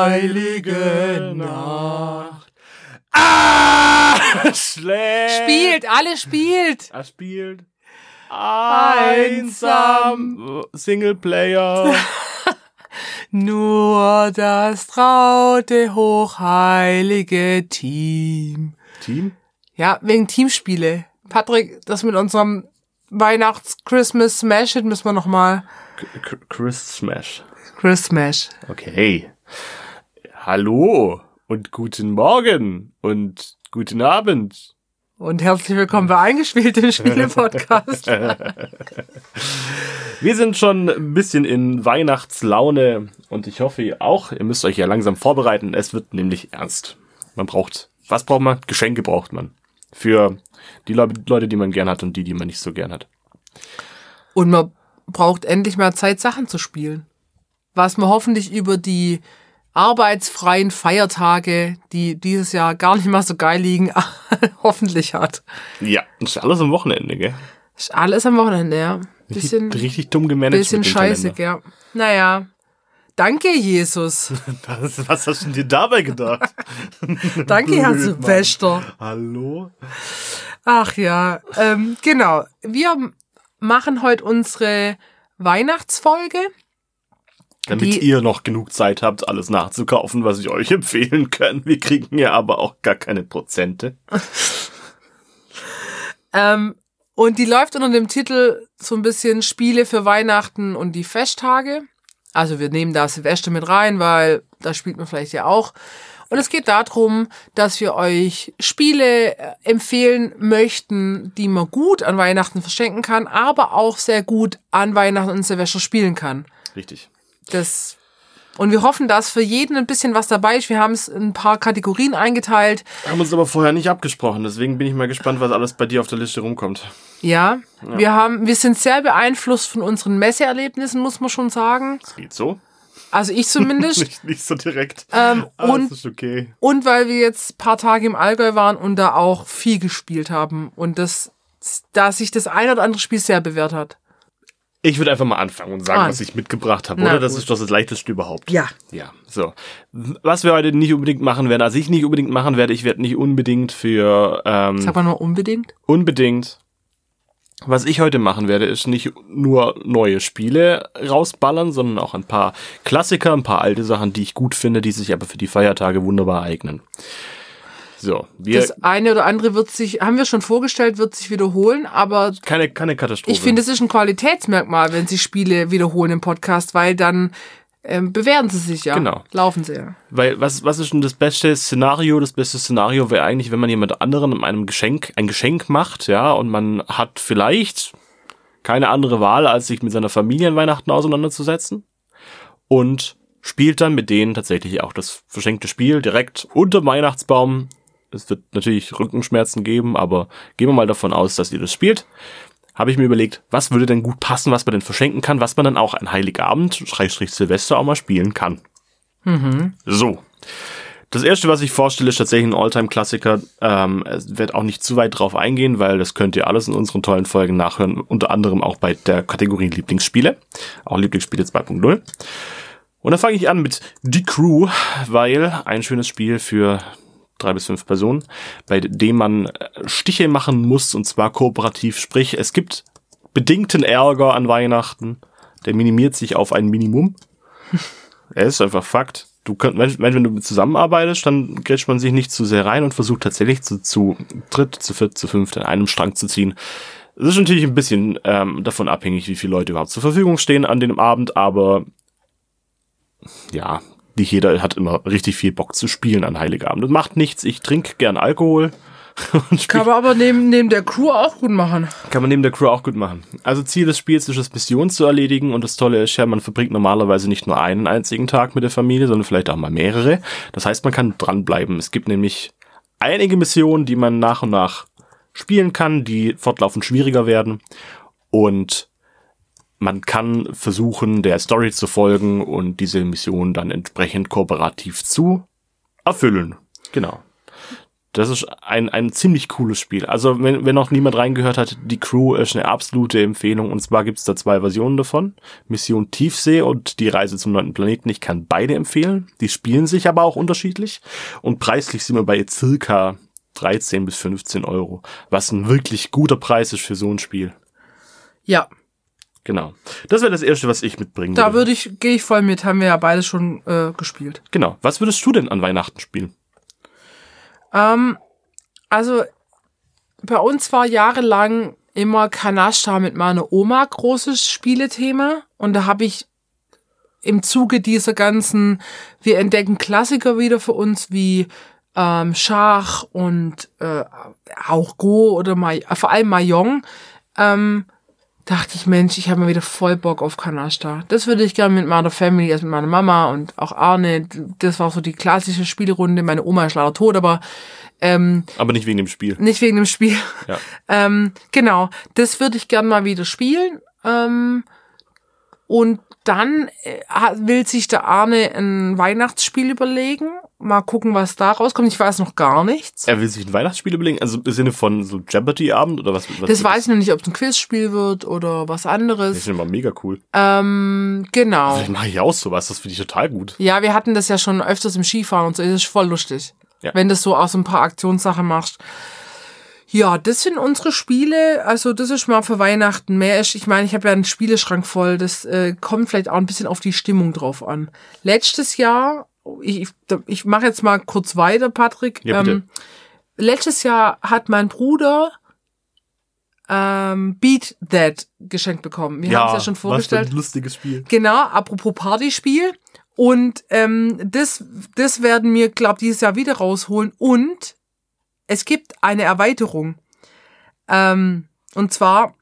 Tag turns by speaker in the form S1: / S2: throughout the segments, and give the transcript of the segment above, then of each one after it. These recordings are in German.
S1: heilige Nacht. Ah, schlecht.
S2: Spielt, alle spielt.
S1: Er spielt einsam Singleplayer.
S2: Nur das traute, hochheilige Team.
S1: Team?
S2: Ja, wegen Teamspiele. Patrick, das mit unserem Weihnachts-Christmas-Smash-Hit müssen wir nochmal.
S1: K- K- Chris Smash.
S2: Christmas.
S1: Okay. Hallo und guten Morgen und guten Abend.
S2: Und herzlich willkommen bei Eingespielt, dem Spiele-Podcast.
S1: Wir sind schon ein bisschen in Weihnachtslaune und ich hoffe ihr auch, ihr müsst euch ja langsam vorbereiten. Es wird nämlich ernst. Man braucht, was braucht man? Geschenke braucht man. Für die Le Leute, die man gern hat und die, die man nicht so gern hat.
S2: Und man braucht endlich mal Zeit, Sachen zu spielen. Was man hoffentlich über die arbeitsfreien Feiertage, die dieses Jahr gar nicht mal so geil liegen, hoffentlich hat.
S1: Ja, das ist alles am Wochenende, gell?
S2: Ist alles am Wochenende, ja. Bisschen,
S1: richtig, richtig dumm gemanagt.
S2: bisschen
S1: mit dem
S2: scheiße,
S1: Kalender.
S2: ja. Naja. Danke, Jesus.
S1: Was, was hast du dir dabei gedacht?
S2: Danke, Herr
S1: Blöd, Mann.
S2: Silvester.
S1: Hallo?
S2: Ach ja, ähm, genau. Wir m- machen heute unsere Weihnachtsfolge.
S1: Damit
S2: Die-
S1: ihr noch genug Zeit habt, alles nachzukaufen, was ich euch empfehlen kann. Wir kriegen ja aber auch gar keine Prozente.
S2: Ähm, und die läuft unter dem Titel so ein bisschen Spiele für Weihnachten und die Festtage. Also wir nehmen da Silvester mit rein, weil da spielt man vielleicht ja auch. Und es geht darum, dass wir euch Spiele äh, empfehlen möchten, die man gut an Weihnachten verschenken kann, aber auch sehr gut an Weihnachten und Silvester spielen kann.
S1: Richtig.
S2: Das und wir hoffen, dass für jeden ein bisschen was dabei ist. Wir haben es in ein paar Kategorien eingeteilt.
S1: Haben uns aber vorher nicht abgesprochen, deswegen bin ich mal gespannt, was alles bei dir auf der Liste rumkommt.
S2: Ja, wir haben, wir sind sehr beeinflusst von unseren Messeerlebnissen, muss man schon sagen.
S1: Das geht so.
S2: Also ich zumindest.
S1: Nicht, nicht so direkt.
S2: Ähm,
S1: aber
S2: und-
S1: es ist okay.
S2: und weil wir jetzt ein paar Tage im Allgäu waren und da auch viel gespielt haben und das, da sich das ein oder andere Spiel sehr bewährt hat.
S1: Ich würde einfach mal anfangen und sagen,
S2: Ah.
S1: was ich mitgebracht habe,
S2: Na
S1: oder? Das
S2: gut.
S1: ist doch das leichteste überhaupt.
S2: Ja.
S1: Ja, so. Was wir heute nicht unbedingt machen werden, also ich nicht unbedingt machen werde, ich werde nicht unbedingt für ähm,
S2: Sag mal nur unbedingt.
S1: Unbedingt. Was ich heute machen werde, ist nicht nur neue Spiele rausballern, sondern auch ein paar Klassiker, ein paar alte Sachen, die ich gut finde, die sich aber für die Feiertage wunderbar eignen. So, wir
S2: Das eine oder andere wird sich, haben wir schon vorgestellt, wird sich wiederholen, aber
S1: keine keine Katastrophe.
S2: Ich finde, es ist ein Qualitätsmerkmal, wenn sie Spiele wiederholen im Podcast, weil dann ähm, bewähren sie sich ja.
S1: Genau.
S2: Laufen sie ja.
S1: weil was was ist denn das beste Szenario? Das beste Szenario wäre eigentlich, wenn man jemand anderen einem Geschenk ein Geschenk macht, ja, und man hat vielleicht keine andere Wahl, als sich mit seiner Familie an Weihnachten auseinanderzusetzen und spielt dann mit denen tatsächlich auch das verschenkte Spiel direkt unter dem Weihnachtsbaum. Es wird natürlich Rückenschmerzen geben, aber gehen wir mal davon aus, dass ihr das spielt. Habe ich mir überlegt, was würde denn gut passen, was man denn verschenken kann, was man dann auch an Heiligabend, Schrägstrich Silvester auch mal spielen kann. So. Das erste, was ich vorstelle, ist tatsächlich ein Alltime-Klassiker. Ähm, es wird auch nicht zu weit drauf eingehen, weil das könnt ihr alles in unseren tollen Folgen nachhören. Unter anderem auch bei der Kategorie Lieblingsspiele. Auch Lieblingsspiele 2.0. Und dann fange ich an mit Die Crew, weil ein schönes Spiel für drei bis fünf Personen, bei dem man äh, Stiche machen muss und zwar kooperativ. Sprich, es gibt bedingten Ärger an Weihnachten. Der minimiert sich auf ein Minimum. Er ist einfach Fakt. Du könnt, wenn, wenn wenn du zusammenarbeitest, dann grätscht man sich nicht zu sehr rein und versucht tatsächlich zu, zu dritt, zu viert, zu fünft in einem Strang zu ziehen. Es ist natürlich ein bisschen ähm, davon abhängig, wie viele Leute überhaupt zur Verfügung stehen an dem Abend, aber ja, nicht jeder hat immer richtig viel Bock zu spielen an Heiligabend. Das macht nichts. Ich trinke gern Alkohol und spiele
S2: Kann man aber neben, neben der Crew auch gut machen.
S1: kann man neben der Crew auch gut machen. Also Ziel des Spiels ist es, Missionen zu erledigen und das Tolle ist ja, man verbringt normalerweise nicht nur einen einzigen Tag mit der Familie, sondern vielleicht auch mal mehrere. Das heißt, man kann dranbleiben. Es gibt nämlich einige Missionen, die man nach und nach spielen kann, die fortlaufend schwieriger werden und man kann versuchen, der Story zu folgen und diese Mission dann entsprechend kooperativ zu erfüllen. Genau. Das ist ein, ein ziemlich cooles Spiel. Also, wenn, wenn noch niemand reingehört hat, die Crew ist eine absolute Empfehlung. Und zwar gibt's da zwei Versionen davon. Mission Tiefsee und die Reise zum neunten Planeten. Ich kann beide empfehlen. Die spielen sich aber auch unterschiedlich. Und preislich sind wir bei circa 13 bis 15 Euro. Was ein wirklich guter Preis ist für so ein Spiel.
S2: Ja,
S1: Genau. Das wäre das Erste, was ich mitbringen
S2: da
S1: würde.
S2: würde ich, gehe ich voll mit, haben wir ja beide schon äh, gespielt.
S1: Genau. Was würdest du denn an Weihnachten spielen?
S2: Ähm, also bei uns war jahrelang immer Kanasta mit meiner Oma großes Spielethema und da habe ich im Zuge dieser ganzen, wir entdecken Klassiker wieder für uns wie ähm, Schach und äh, auch Go oder Mai, vor allem Mahjong, ähm, dachte ich, Mensch, ich habe mal wieder voll Bock auf Kanasta. Das würde ich gerne mit meiner Family, also mit meiner Mama und auch Arne, das war so die klassische Spielrunde. Meine Oma ist leider tot, aber ähm,
S1: Aber nicht wegen dem Spiel.
S2: nicht wegen dem Spiel.
S1: Ja.
S2: Ähm, genau, das würde ich gern mal wieder spielen. Ähm, und dann äh, hat- will sich der Arne ein Weihnachtsspiel überlegen. Mal gucken, was da rauskommt. Ich weiß noch gar nichts.
S1: Er will sich ein Weihnachtsspiel überlegen, also im Sinne von so Jeopardy-Abend oder was? was
S2: Das weiß ich noch nicht, ob es ein Quizspiel wird oder was
S1: Das ist
S2: anderes.
S1: immer mega cool.
S2: Ähm, genau.
S1: Vielleicht mache ich auch sowas, das finde ich total gut.
S2: Ja, wir hatten das ja schon öfters im Skifahren und so. Das ist voll lustig.
S1: Ja.
S2: Wenn du so aus ein paar Aktionssachen machst. Ja, das sind unsere Spiele. Also, das ist mal für Weihnachten mehr. ist- Ich meine, ich habe ja einen Spieleschrank voll. Das äh, kommt vielleicht auch ein bisschen auf die Stimmung drauf an. Letztes Jahr, ich, ich, ich mache jetzt mal kurz weiter, Patrick. ähm,
S1: Ja, bitte.
S2: letztes Jahr hat mein Bruder ähm, Beat That geschenkt bekommen. Wir haben es ja schon vorgestellt.
S1: Was für ein lustiges Spiel.
S2: Genau, apropos Partyspiel. Und ähm, das, das werden wir, glaube dieses Jahr wieder rausholen. Und es gibt eine Erweiterung. Ähm, und zwar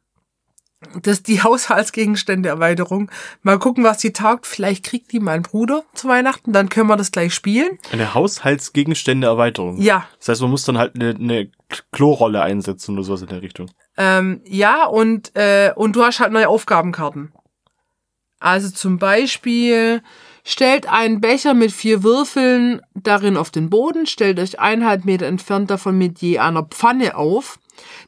S2: das die Haushaltsgegenstände-Erweiterung. Mal gucken, was die taugt. Vielleicht kriegt die mein Bruder zu Weihnachten. Dann können wir das gleich spielen.
S1: Eine Haushaltsgegenstände-Erweiterung.
S2: Ja,
S1: Das heißt, man muss dann halt eine, eine Klorolle einsetzen oder sowas in der Richtung.
S2: Ähm, ja, und, äh, und du hast halt neue Aufgabenkarten. Also zum Beispiel, stellt einen Becher mit vier Würfeln darin auf den Boden, stellt euch eineinhalb Meter entfernt davon mit je einer Pfanne auf.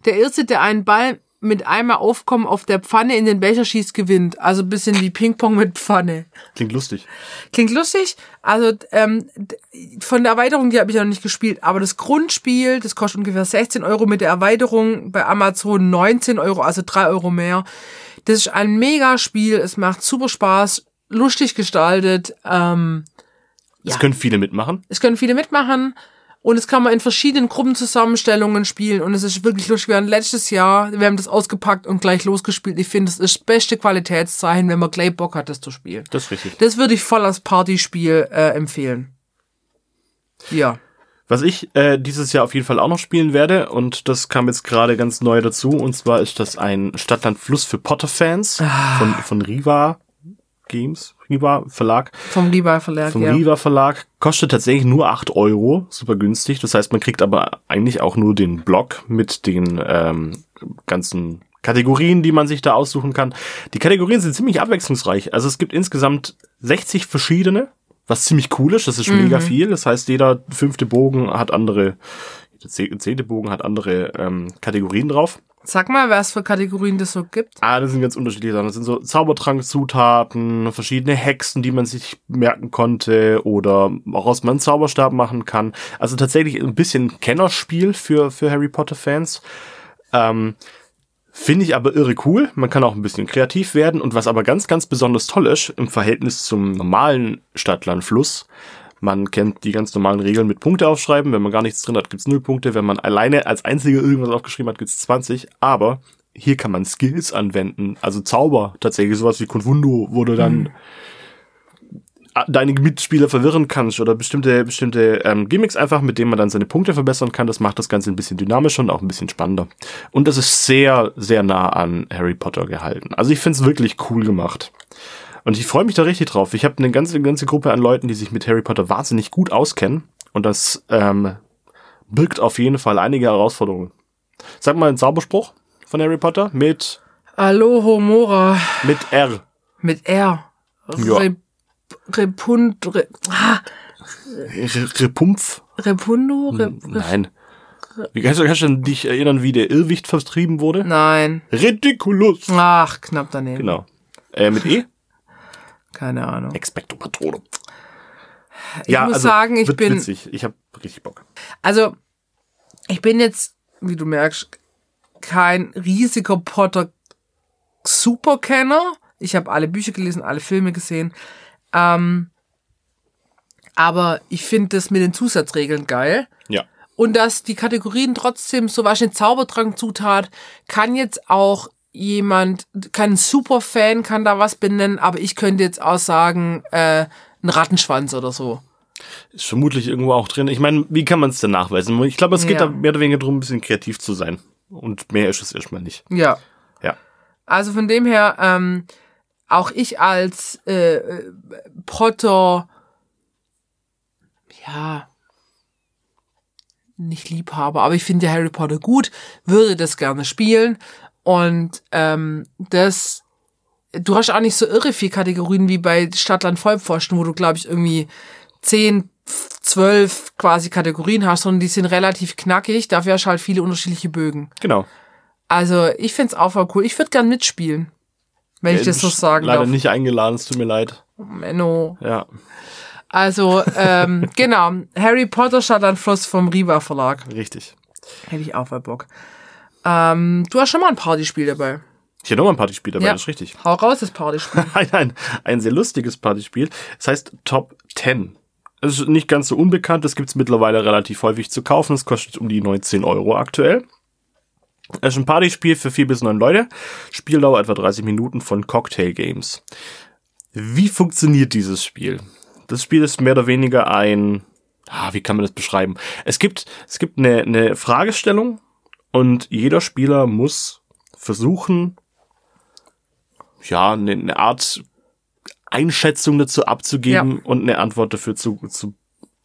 S2: Der Erste, der einen Ball mit einmal Aufkommen auf der Pfanne in den Becher schießt, gewinnt. Also ein bisschen wie Ping-Pong mit Pfanne.
S1: Klingt lustig.
S2: Klingt lustig. Also ähm, d- von der Erweiterung, die habe ich noch nicht gespielt. Aber das Grundspiel, das kostet ungefähr 16 Euro mit der Erweiterung bei Amazon 19 Euro, also 3 Euro mehr. Das ist ein Mega-Spiel. Es macht super Spaß, lustig gestaltet. Ähm,
S1: Das
S2: Ja.
S1: können viele mitmachen.
S2: es können viele mitmachen. Und es kann man in verschiedenen Gruppenzusammenstellungen spielen. Und es ist wirklich lustig. Wir haben letztes Jahr, wir haben das ausgepackt und gleich losgespielt. Ich finde, es ist das beste Qualitätszeichen, wenn man gleich Bock hat, das zu spielen.
S1: Das ist richtig.
S2: Das würde ich voll als Partyspiel äh, empfehlen. Ja.
S1: Was ich äh, dieses Jahr auf jeden Fall auch noch spielen werde, und das kam jetzt gerade ganz neu dazu, und zwar ist das ein Stadtland Fluss für Potter-Fans
S2: Ah.
S1: von, von Riva Games, Riva Verlag.
S2: Vom Riva Verlag,
S1: vom
S2: ja.
S1: Riva Verlag. Kostet tatsächlich nur 8 Euro, super günstig. Das heißt, man kriegt aber eigentlich auch nur den Block mit den ähm, ganzen Kategorien, die man sich da aussuchen kann. Die Kategorien sind ziemlich abwechslungsreich. Also es gibt insgesamt 60 verschiedene, was ziemlich cool ist. Das ist mega viel. Das heißt, jeder fünfte Bogen hat andere, jeder zeh- zehnte Bogen hat andere ähm, Kategorien drauf.
S2: Sag mal, was für Kategorien das so gibt.
S1: Ah, das sind ganz unterschiedliche Sachen. Das sind so Zaubertrankzutaten, verschiedene Hexen, die man sich merken konnte oder woraus man einen Zauberstab machen kann. Also tatsächlich ein bisschen Kennerspiel für, für Harry Potter-Fans. Ähm, Finde ich aber irre cool. Man kann auch ein bisschen kreativ werden. Und was aber ganz, ganz besonders toll ist, im Verhältnis zum normalen Stadtlandfluss, man kennt die ganz normalen Regeln mit Punkte aufschreiben. Wenn man gar nichts drin hat, gibt's null Punkte. Wenn man alleine als Einziger irgendwas aufgeschrieben hat, gibt's 20. Aber hier kann man Skills anwenden. Also Zauber tatsächlich. Sowas wie Convundo, wo du dann deine Mitspieler verwirren kannst oder bestimmte, bestimmte ähm, Gimmicks einfach, mit denen man dann seine Punkte verbessern kann. Das macht das Ganze ein bisschen dynamischer und auch ein bisschen spannender. Und das ist sehr, sehr nah an Harry Potter gehalten. Also ich finde es wirklich cool gemacht. Und ich freue mich da richtig drauf. Ich habe eine ganze, ganze Gruppe an Leuten, die sich mit Harry Potter wahnsinnig gut auskennen. Und das ähm, birgt auf jeden Fall einige Herausforderungen. Sag mal einen Zauberspruch von Harry Potter mit,
S2: Aloho Mora
S1: mit R.
S2: mit R.
S1: Ja.
S2: Re Repund, Re ah,
S1: R- Repumpf?
S2: Repundo? Re
S1: Hm. Nein. Wie kannst du, kannst du dich erinnern, wie der Irrwicht vertrieben wurde?
S2: Nein.
S1: Ridiculous.
S2: Ach, knapp daneben.
S1: Genau. Äh, mit E?
S2: Keine Ahnung.
S1: Expecto Patronum.
S2: Ich muss sagen, ich
S1: also wird
S2: bin-
S1: Witzig. Ich habe richtig Bock.
S2: Also, ich bin jetzt, wie du merkst, kein riesiger Potter Superkenner. Ich habe alle Bücher gelesen, alle Filme gesehen. Ähm, aber ich finde das mit den Zusatzregeln geil.
S1: Ja.
S2: Und dass die Kategorien trotzdem, so was eine Zaubertrankzutat, kann jetzt auch jemand, kein Superfan kann da was benennen, aber ich könnte jetzt auch sagen, äh, ein Rattenschwanz oder so.
S1: Ist vermutlich irgendwo auch drin. Ich meine, wie kann man es denn nachweisen? Ich glaube, es geht
S2: Ja.
S1: da mehr oder weniger darum, ein bisschen kreativ zu sein. Und mehr ist es erstmal nicht.
S2: Ja.
S1: Ja.
S2: Also von dem her, ähm, auch ich als äh, äh, Potter, ja, nicht Liebhaber, aber ich finde ja Harry Potter gut, würde das gerne spielen. Und ähm, das, du hast auch nicht so irre viel Kategorien wie bei Stadtland Vollpfosten, wo du, glaube ich, irgendwie zehn, zwölf quasi Kategorien hast, sondern die sind relativ knackig. Dafür hast du halt viele unterschiedliche Bögen.
S1: Genau.
S2: Also, ich find's auch voll cool. Ich würde gern mitspielen. Wenn ich das so sagen
S1: Leider
S2: darf.
S1: nicht eingeladen, es tut mir leid.
S2: Menno.
S1: Ja.
S2: Also, ähm, genau. Harry Potter Schattenfluss vom Riva Verlag.
S1: Richtig.
S2: Hätte ich auch voll Bock. Ähm, du hast schon mal ein Partyspiel dabei.
S1: Ich hätte nochmal ein Partyspiel dabei, das ist richtig.
S2: Hau raus, das Partyspiel.
S1: Nein, nein, ein sehr lustiges Partyspiel. Es heißt Top 10. Es ist nicht ganz so unbekannt, das gibt's mittlerweile relativ häufig zu kaufen. Es kostet um die 19 Euro aktuell. Es ist ein Partyspiel für vier bis neun Leute. Spieldauer etwa 30 Minuten von Cocktail Games. Wie funktioniert dieses Spiel? Das Spiel ist mehr oder weniger ein, ah, wie kann man das beschreiben? Es gibt, es gibt eine, eine Fragestellung und jeder Spieler muss versuchen, ja, eine, eine Art Einschätzung dazu abzugeben und eine Antwort dafür zu, zu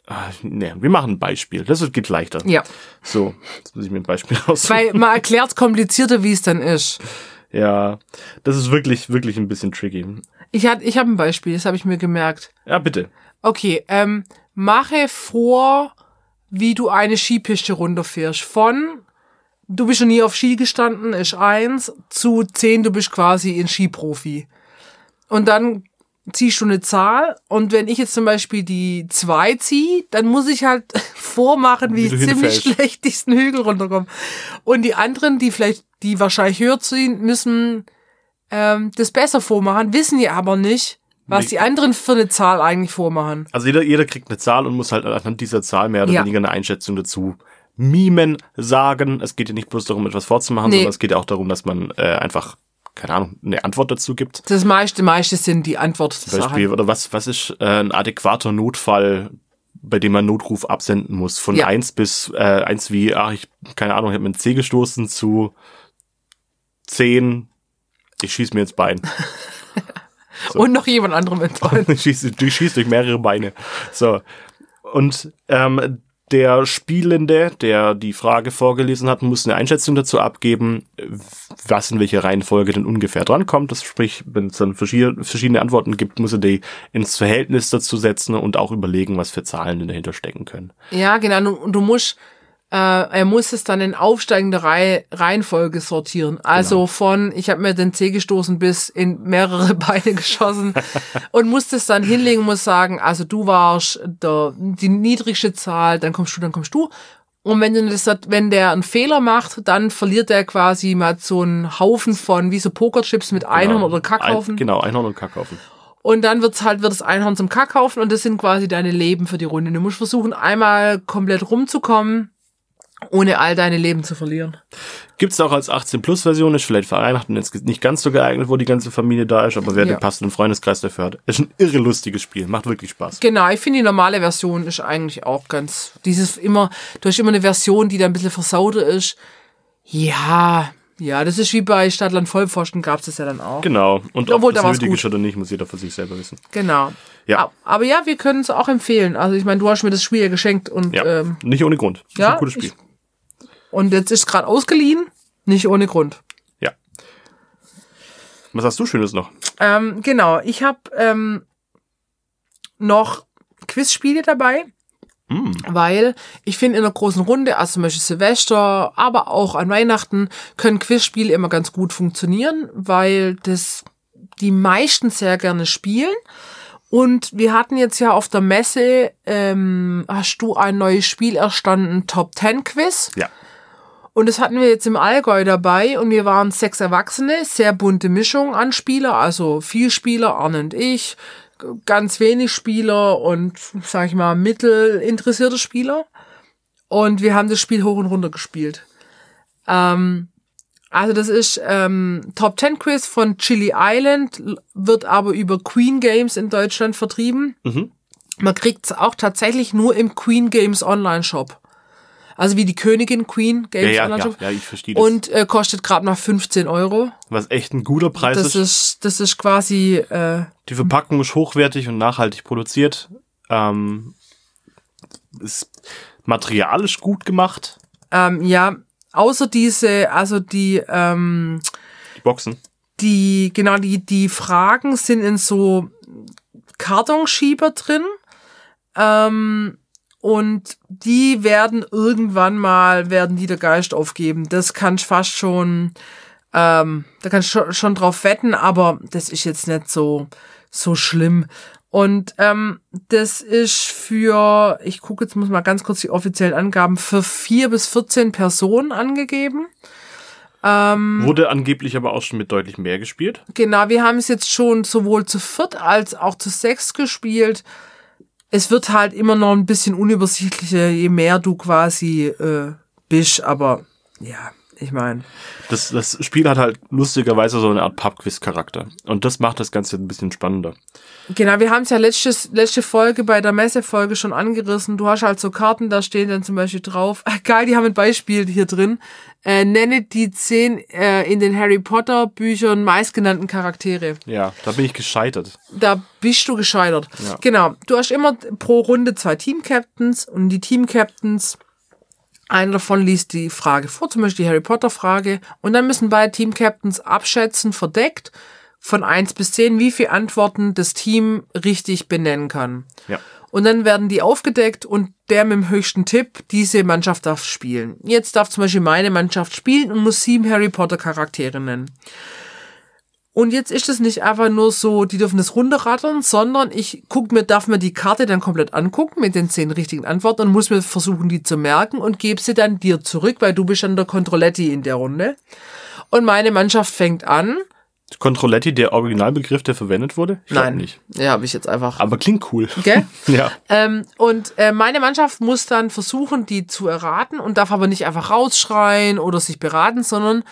S1: ah, nee, wir machen ein Beispiel. Das wird- geht leichter.
S2: ja.
S1: So, jetzt muss ich mir ein Beispiel raussuchen.
S2: Weil man erklärt's komplizierter, wie es dann ist.
S1: Ja, das ist wirklich, wirklich ein bisschen tricky.
S2: Ich, hat- ich habe ein Beispiel, das habe ich mir gemerkt.
S1: Ja, bitte.
S2: Okay, ähm, mache vor, wie du eine Skipiste runterfährst. Von du bist schon nie auf Ski gestanden, ist eins, zu zehn, du bist quasi ein Skiprofi. Und dann ziehst du eine Zahl und wenn ich jetzt zum Beispiel die zwei ziehe, dann muss ich halt vormachen, wie,
S1: Wie
S2: ich
S1: du
S2: ziemlich
S1: hinfällst.
S2: schlecht diesen Hügel runterkomme. Und die anderen, die vielleicht, die wahrscheinlich höher ziehen, müssen ähm, das besser vormachen, wissen ja aber nicht, was
S1: Nee.
S2: die anderen für eine Zahl eigentlich vormachen.
S1: Also jeder, jeder kriegt eine Zahl und muss halt anhand dieser Zahl mehr oder
S2: Ja.
S1: weniger eine Einschätzung dazu mimen, sagen. Es geht ja nicht bloß darum, etwas vorzumachen,
S2: Nee.
S1: sondern es geht ja auch darum, dass man äh, einfach, keine Ahnung, eine Antwort dazu gibt.
S2: Das meiste, meiste sind die Antwortsachen.
S1: Beispiel, oder was, was ist äh, ein adäquater Notfall, bei dem man Notruf absenden muss? Von
S2: Ja.
S1: eins bis äh, eins wie, ach, ich, keine Ahnung, ich hab mir einen C gestoßen zu zehn. ich schieß mir ins Bein.
S2: Und noch jemand anderem mit rein.
S1: Du schießt, du schießt durch mehrere Beine. So. Und ähm, der Spielende, der die Frage vorgelesen hat, muss eine Einschätzung dazu abgeben, was in welcher Reihenfolge denn ungefähr drankommt. Das sprich, wenn es dann verschiedene, verschiedene Antworten gibt, muss er die ins Verhältnis dazu setzen und auch überlegen, was für Zahlen denn dahinter stecken können.
S2: Ja, genau. Du- Und du musst, äh, er muss es dann in aufsteigende Reihe, Reihenfolge sortieren. Also von, ich habe mir den Zeh gestoßen bis in mehrere Beine geschossen und muss das dann hinlegen, muss sagen, also du warst der, die niedrigste Zahl, dann kommst du, dann kommst du. Und wenn, du das, wenn der einen Fehler macht, dann verliert er quasi mal so einen Haufen von, wie so Pokerchips mit Einhorn oder Kackhaufen.
S1: Ein, genau, Einhorn und Kackhaufen.
S2: Und dann wird's halt, wird das Einhorn zum Kackhaufen und das sind quasi deine Leben für die Runde. Du musst versuchen, einmal komplett rumzukommen, ohne all deine Leben zu verlieren.
S1: Gibt's auch als 18-Plus-Version, ist vielleicht für Weihnachten jetzt nicht ganz so geeignet, wo die ganze Familie da ist, aber wer
S2: Ja.
S1: den passenden Freundeskreis dafür hat, ist ein irre lustiges Spiel, macht wirklich Spaß.
S2: Genau, ich finde die normale Version ist eigentlich auch ganz, dieses immer, du hast immer eine Version, die da ein bisschen versauter ist. Ja, ja, das ist wie bei Stadtland Vollpfosten gab's das ja dann auch.
S1: Genau. Und
S2: Obwohl,
S1: ob
S2: da
S1: das
S2: war's
S1: nötig
S2: gut.
S1: ist oder nicht, muss jeder für sich selber wissen.
S2: Genau.
S1: Ja.
S2: Ab- Aber ja, wir können es auch empfehlen. Also ich meine, du hast mir das Spiel ja geschenkt und,
S1: Ja.
S2: ähm,
S1: nicht ohne Grund. Ist
S2: ja,
S1: ein cooles Spiel.
S2: und jetzt ist es gerade ausgeliehen, nicht ohne Grund.
S1: Ja. Was hast du Schönes noch?
S2: Ähm, genau, ich habe ähm, noch Quizspiele dabei. Weil ich finde, in einer großen Runde, also zum Beispiel Silvester, aber auch an Weihnachten, können Quizspiele immer ganz gut funktionieren, weil das die meisten sehr gerne spielen. Und wir hatten jetzt ja auf der Messe, ähm, hast du ein neues Spiel erstanden, Top Ten Quiz.
S1: Ja.
S2: Und das hatten wir jetzt im Allgäu dabei und wir waren sechs Erwachsene, sehr bunte Mischung an Spieler, also viel Spieler, Arne und ich, g- ganz wenig Spieler und, sag ich mal, mittelinteressierte Spieler. Und wir haben das Spiel hoch und runter gespielt. Ähm, also das ist ähm, Top 10 Quiz von Chili Island, l- wird aber über Queen Games in Deutschland vertrieben.
S1: Mhm.
S2: Man kriegt's auch tatsächlich nur im Queen Games Online Shop. Also wie die Königin Queen
S1: Ja,
S2: Games
S1: ja,
S2: Online
S1: ja,
S2: Shop.
S1: ja, ich verstehe das.
S2: Und äh, kostet gerade mal 15 Euro.
S1: Was echt ein guter Preis
S2: Das
S1: ist.
S2: ist, das ist quasi, äh,
S1: Die Verpackung ist hochwertig und nachhaltig produziert. Ähm, ist materialisch gut gemacht.
S2: ähm, ja, außer diese, also die, ähm,
S1: Die Boxen.
S2: die, genau, die, die Fragen sind in so Kartonschieber drin. Ähm, und die werden irgendwann mal, werden die der Geist aufgeben. Das kannst fast schon, ähm, da kannst du schon, schon drauf wetten, aber das ist jetzt nicht so, so schlimm. Und ähm, das ist für, ich gucke jetzt, muss mal ganz kurz die offiziellen Angaben, für vier bis 14 Personen angegeben. Mhm.
S1: Wurde angeblich aber auch schon mit deutlich mehr gespielt.
S2: Genau, wir haben es jetzt schon sowohl zu viert als auch zu sechs gespielt. Es wird halt immer noch ein bisschen unübersichtlicher, je mehr du quasi äh, bist, aber ja, ich meine.
S1: Das, das Spiel hat halt lustigerweise so eine Art Pub-Quiz-Charakter. Und das macht das Ganze ein bisschen spannender.
S2: Genau, wir haben es ja letztes, letzte Folge bei der Messefolge schon angerissen. Du hast halt so Karten, da stehen dann zum Beispiel drauf. Ah, Geil, die haben ein Beispiel hier drin. Äh, nenne die zehn äh, in den Harry Potter Büchern meistgenannten Charaktere.
S1: Ja, da bin ich gescheitert.
S2: da bist du gescheitert.
S1: Ja.
S2: Genau. Du hast immer pro Runde zwei Team-Captains und die Team-Captains, einer davon liest die Frage vor, zum Beispiel die Harry Potter-Frage, und dann müssen beide Team-Captains abschätzen, verdeckt, von eins bis zehn, wie viele Antworten das Team richtig benennen kann.
S1: Ja.
S2: Und dann werden die aufgedeckt und der mit dem höchsten Tipp, diese Mannschaft darf spielen. Jetzt darf zum Beispiel meine Mannschaft spielen und muss sieben Harry Potter Charaktere nennen. Und jetzt ist es nicht einfach nur so, die dürfen das runterrattern, sondern ich guck mir, darf mir die Karte dann komplett angucken mit den zehn richtigen Antworten und muss mir versuchen, die zu merken und gebe sie dann dir zurück, weil du bist dann der Kontrolletti in der Runde. Und meine Mannschaft fängt an.
S1: Controletti, der Originalbegriff, der verwendet wurde? Ich glaub
S2: Nein,
S1: nicht.
S2: Ja, habe ich jetzt einfach.
S1: Aber klingt cool.
S2: Gell?
S1: Ja.
S2: Ähm, und äh, meine Mannschaft muss dann versuchen, die zu erraten und darf aber nicht einfach rausschreien oder sich beraten, sondern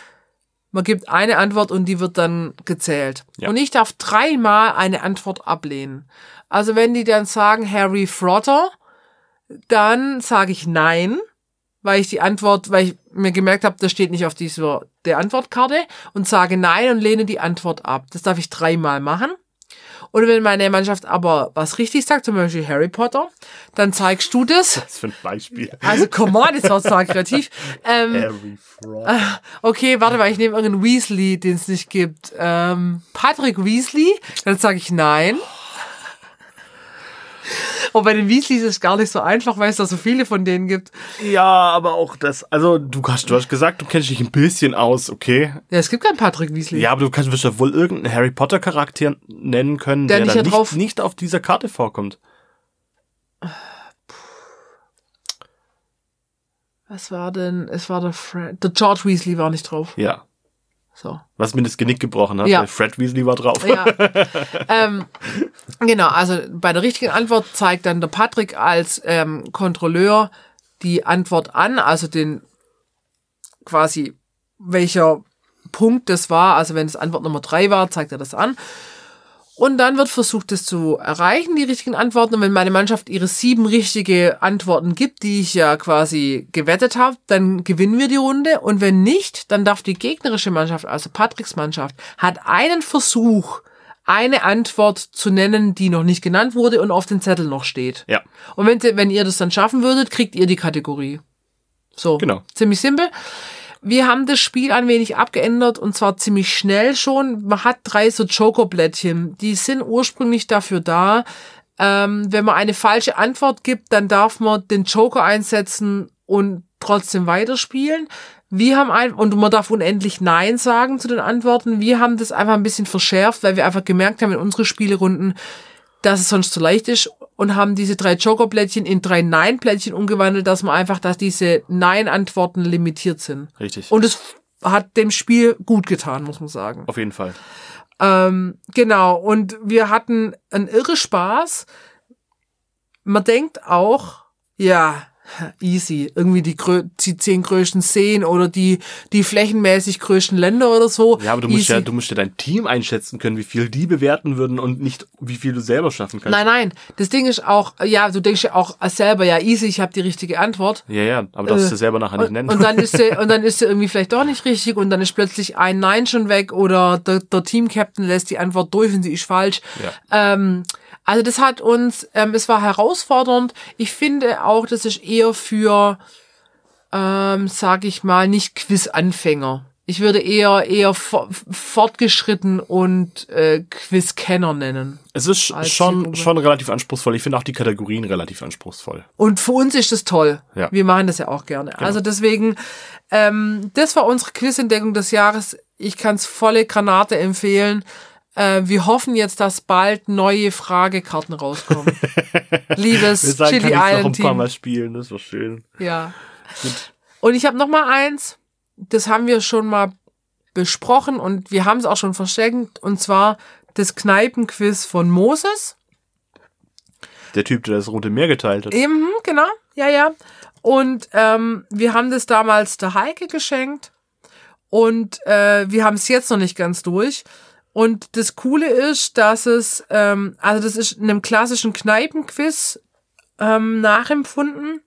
S2: man gibt eine Antwort und die wird dann gezählt.
S1: Ja.
S2: Und ich darf dreimal eine Antwort ablehnen. Also wenn die dann sagen Harry Frotter, dann sage ich nein, weil ich die Antwort, weil ich mir gemerkt habe, das steht nicht auf dieser der Antwortkarte und sage nein und lehne die Antwort ab. Das darf ich dreimal machen. Und wenn meine Mannschaft aber was richtig sagt, zum Beispiel Harry Potter, dann zeigst du das.
S1: Was für ein Beispiel.
S2: Also, come on, jetzt war's mal kreativ. Ähm,
S1: Harry Frog.
S2: okay, warte mal, ich nehme irgendeinen Weasley, den es nicht gibt. Ähm, Patrick Weasley, dann sage ich nein. Und bei den Weasleys ist es gar nicht so einfach, weil es da so viele von denen gibt.
S1: Ja, aber auch das. Also, du hast, du hast gesagt, du kennst dich ein bisschen aus, okay?
S2: Ja, es gibt keinen Patrick Weasley.
S1: Ja, aber du kannst wirst ja wohl irgendeinen Harry Potter Charakter nennen können,
S2: Der
S1: der,
S2: nicht
S1: dann
S2: da
S1: nicht,
S2: drauf-
S1: nicht auf dieser Karte vorkommt.
S2: Was war denn? Es war der Fred. Der George Weasley war nicht drauf.
S1: Ja.
S2: So.
S1: Was mir das Genick gebrochen hat.
S2: Ja.
S1: weil Fred Weasley war drauf.
S2: Ja. ähm, genau, also bei der richtigen Antwort zeigt dann der Patrick als ähm, Kontrolleur die Antwort an, also den quasi welcher Punkt das war. Also wenn es Antwort Nummer drei war, zeigt er das an. Und dann wird versucht, das zu erreichen, die richtigen Antworten. Und wenn meine Mannschaft ihre sieben richtige Antworten gibt, die ich ja quasi gewettet habe, dann gewinnen wir die Runde. Und wenn nicht, dann darf die gegnerische Mannschaft, also Patricks Mannschaft, hat einen Versuch, eine Antwort zu nennen, die noch nicht genannt wurde und auf den Zettel noch steht.
S1: Ja.
S2: Und wenn, sie- wenn ihr das dann schaffen würdet, kriegt ihr die Kategorie. So.
S1: Genau.
S2: Ziemlich simpel. Wir haben das Spiel ein wenig abgeändert und zwar ziemlich schnell schon. Man hat drei so Jokerblättchen. Die sind ursprünglich dafür da, Ähm, wenn man eine falsche Antwort gibt, dann darf man den Joker einsetzen und trotzdem weiterspielen. Wir haben ein, und man darf unendlich Nein sagen zu den Antworten. Wir haben das einfach ein bisschen verschärft, weil wir einfach gemerkt haben in unseren Spielrunden, dass es sonst zu leicht ist und haben diese drei Joker-Plättchen in drei Nein-Plättchen umgewandelt, dass man einfach, dass diese Nein-Antworten limitiert sind.
S1: Richtig.
S2: Und es hat dem Spiel gut getan, muss man sagen.
S1: Auf jeden Fall.
S2: Ähm, genau, und wir hatten einen irre Spaß. Man denkt auch, ja, easy, irgendwie die, grö- die zehn größten Seen oder die, die flächenmäßig größten Länder oder so.
S1: Ja, aber du musst
S2: Easy.
S1: ja, du musst ja dein Team einschätzen können, wie viel die bewerten würden und nicht, wie viel du selber schaffen kannst.
S2: Nein, nein, das Ding ist auch, ja, du denkst ja auch selber, ja, easy, ich habe die richtige Antwort.
S1: Ja, ja, aber darfst
S2: Äh,
S1: du selber nachher nicht
S2: Und,
S1: nennen.
S2: und dann ist sie, und dann ist sie irgendwie vielleicht doch nicht richtig und dann ist plötzlich ein Nein schon weg oder der, der Team-Captain lässt die Antwort durch und sie ist falsch. Ähm, also das hat uns, ähm, es war herausfordernd. Ich finde auch, das ist eher für, ähm, sag ich mal, nicht Quiz-Anfänger. Ich würde eher eher for- fortgeschritten und äh, Quiz-Kenner nennen.
S1: es ist
S2: als
S1: schon,
S2: Zielgruppe.
S1: schon relativ anspruchsvoll. Ich finde auch die Kategorien relativ anspruchsvoll.
S2: Und für uns ist das toll.
S1: Ja. Genau.
S2: Wir machen das ja auch gerne. Also deswegen, ähm, das war unsere Quizentdeckung des Jahres. Ich kann es volle Granate empfehlen. Äh, wir hoffen jetzt, dass bald neue Fragekarten rauskommen.
S1: Wir
S2: Liebes
S1: sagen, kann
S2: Chili
S1: ich noch
S2: Island
S1: ein paar
S2: Team.
S1: Mal spielen, das war schön.
S2: Ja. Und ich habe noch mal eins. Das haben wir schon mal besprochen und wir haben es auch schon versteckt. Und zwar das Kneipenquiz von Moses.
S1: Der Typ, der das Rote Meer geteilt hat.
S2: Eben, hm, genau. Ja, ja. Und ähm, wir haben das damals der Heike geschenkt. Und äh, wir haben es jetzt noch nicht ganz durch. Und das Coole ist, dass es, ähm, also das ist einem klassischen Kneipenquiz ähm, nachempfunden.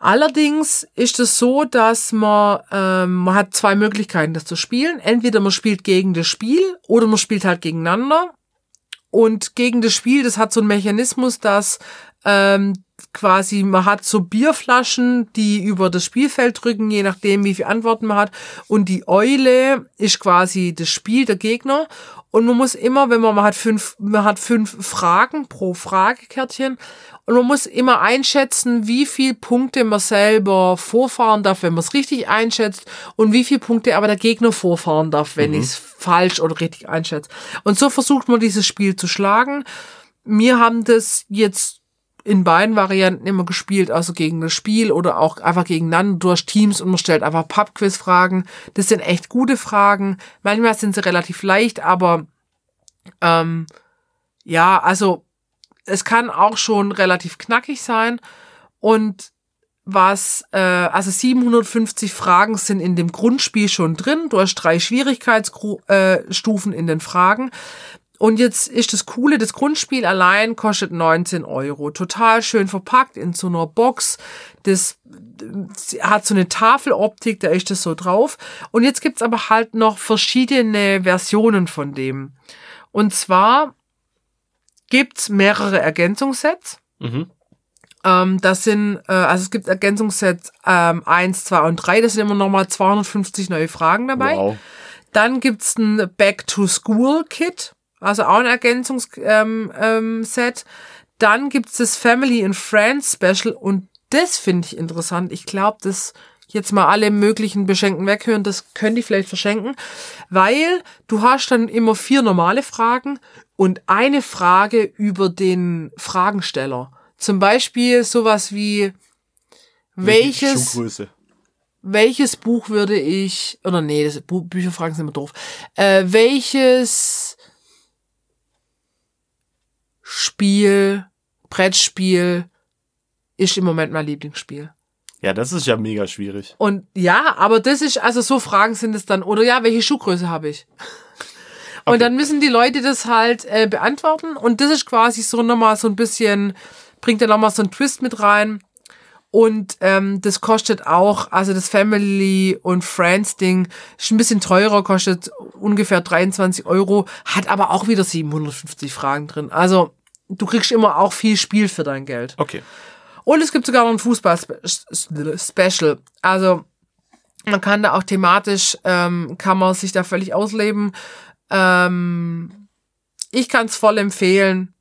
S2: Allerdings ist es so, dass man, ähm, man hat zwei Möglichkeiten, das zu spielen. Entweder man spielt gegen das Spiel oder man spielt halt gegeneinander. Und gegen das Spiel, das hat so einen Mechanismus, dass ähm, quasi man hat so Bierflaschen, die über das Spielfeld drücken, je nachdem, wie viele Antworten man hat. Und die Eule ist quasi das Spiel der Gegner. Und man muss immer, wenn man, man hat fünf, man hat fünf Fragen pro Fragekärtchen. Und man muss immer einschätzen, wie viel Punkte man selber vorfahren darf, wenn man es richtig einschätzt, und wie viel Punkte aber der Gegner vorfahren darf, wenn ich es falsch oder richtig einschätze. Und so versucht man dieses Spiel zu schlagen. Wir haben das jetzt in beiden Varianten immer gespielt, also gegen das Spiel oder auch einfach gegeneinander durch Teams und man stellt einfach Pub-Quiz-Fragen. Das sind echt gute Fragen. Manchmal sind sie relativ leicht, aber ähm, ja, also es kann auch schon relativ knackig sein. Und was, äh, also 750 Fragen sind in dem Grundspiel schon drin. Du hast drei Schwierigkeitsstufen äh, Stufen in den Fragen. Und jetzt ist das Coole, das Grundspiel allein kostet 19 Euro. Total schön verpackt in so einer Box. Das äh, hat so eine Tafeloptik, da ist das so drauf. Und jetzt gibt's aber halt noch verschiedene Versionen von dem. Und zwar gibt's mehrere Ergänzungssets.
S1: Mhm.
S2: Ähm, das sind, äh, also es gibt Ergänzungssets ähm, 1, 2 und 3, das sind immer nochmal 250 neue Fragen dabei.
S1: Wow.
S2: Dann gibt's ein Back-to-School-Kit, also auch ein Ergänzungsset. Ähm, ähm, Set. Dann gibt's das Family and Friends Special und das finde ich interessant. Ich glaube, das jetzt mal alle möglichen Beschenken weghören, das könnte ich vielleicht verschenken, weil du hast dann immer vier normale Fragen und eine Frage über den Fragensteller. Zum Beispiel sowas wie welches
S1: Schuhgröße.
S2: welches Buch würde ich, oder nee, das, Bu Bücherfragen sind immer doof, äh, welches Spiel, Brettspiel ist im Moment mein Lieblingsspiel?
S1: Ja, das ist ja mega schwierig.
S2: Und ja, aber das ist, also so Fragen sind es dann, oder ja, welche Schuhgröße habe ich? Und
S1: Okay.
S2: dann müssen die Leute das halt äh, beantworten und das ist quasi so nochmal so ein bisschen, bringt da nochmal so einen Twist mit rein. Und ähm, das kostet auch, also das Family und Friends Ding ist ein bisschen teurer, kostet ungefähr 23 Euro, hat aber auch wieder 750 Fragen drin. Also du kriegst immer auch viel Spiel für dein Geld.
S1: Okay.
S2: Und es gibt sogar noch ein Fußball-Special. Also man kann da auch thematisch, ähm, kann man sich da völlig ausleben. Ähm, ich kann es voll empfehlen.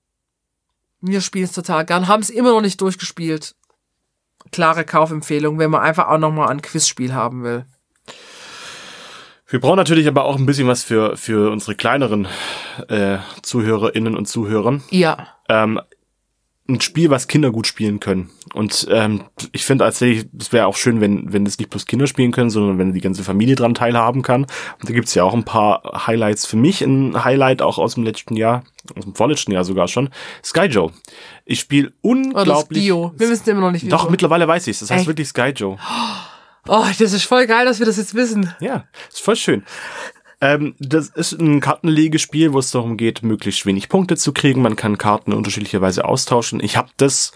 S2: Wir spielen es total gern, haben es immer noch nicht durchgespielt. Klare Kaufempfehlung, wenn man einfach auch nochmal ein Quizspiel haben will.
S1: Wir brauchen natürlich aber auch ein bisschen was für, für unsere kleineren äh, ZuhörerInnen und Zuhörern.
S2: Ja.
S1: Ähm, ein Spiel, was Kinder gut spielen können. Und ähm, ich finde tatsächlich, es wäre auch schön, wenn wenn es nicht bloß Kinder spielen können, sondern wenn die ganze Familie dran teilhaben kann. Und da gibt's ja auch ein paar Highlights für mich. Ein Highlight auch aus dem letzten Jahr, aus dem vorletzten Jahr sogar schon. Sky Joe. Ich spiele
S2: Oder Oh, das
S1: unglaublich.
S2: Bio. Wir wissen immer noch nicht, wie
S1: Doch,
S2: so.
S1: mittlerweile weiß ich's. Das heißt
S2: Echt?
S1: wirklich Sky Joe.
S2: Oh, das ist voll geil, dass wir das jetzt wissen.
S1: Ja, ist voll schön. Ähm, das ist ein Kartenlegespiel, wo es darum geht, möglichst wenig Punkte zu kriegen. Man kann Karten in unterschiedlicher Weise austauschen. Ich habe das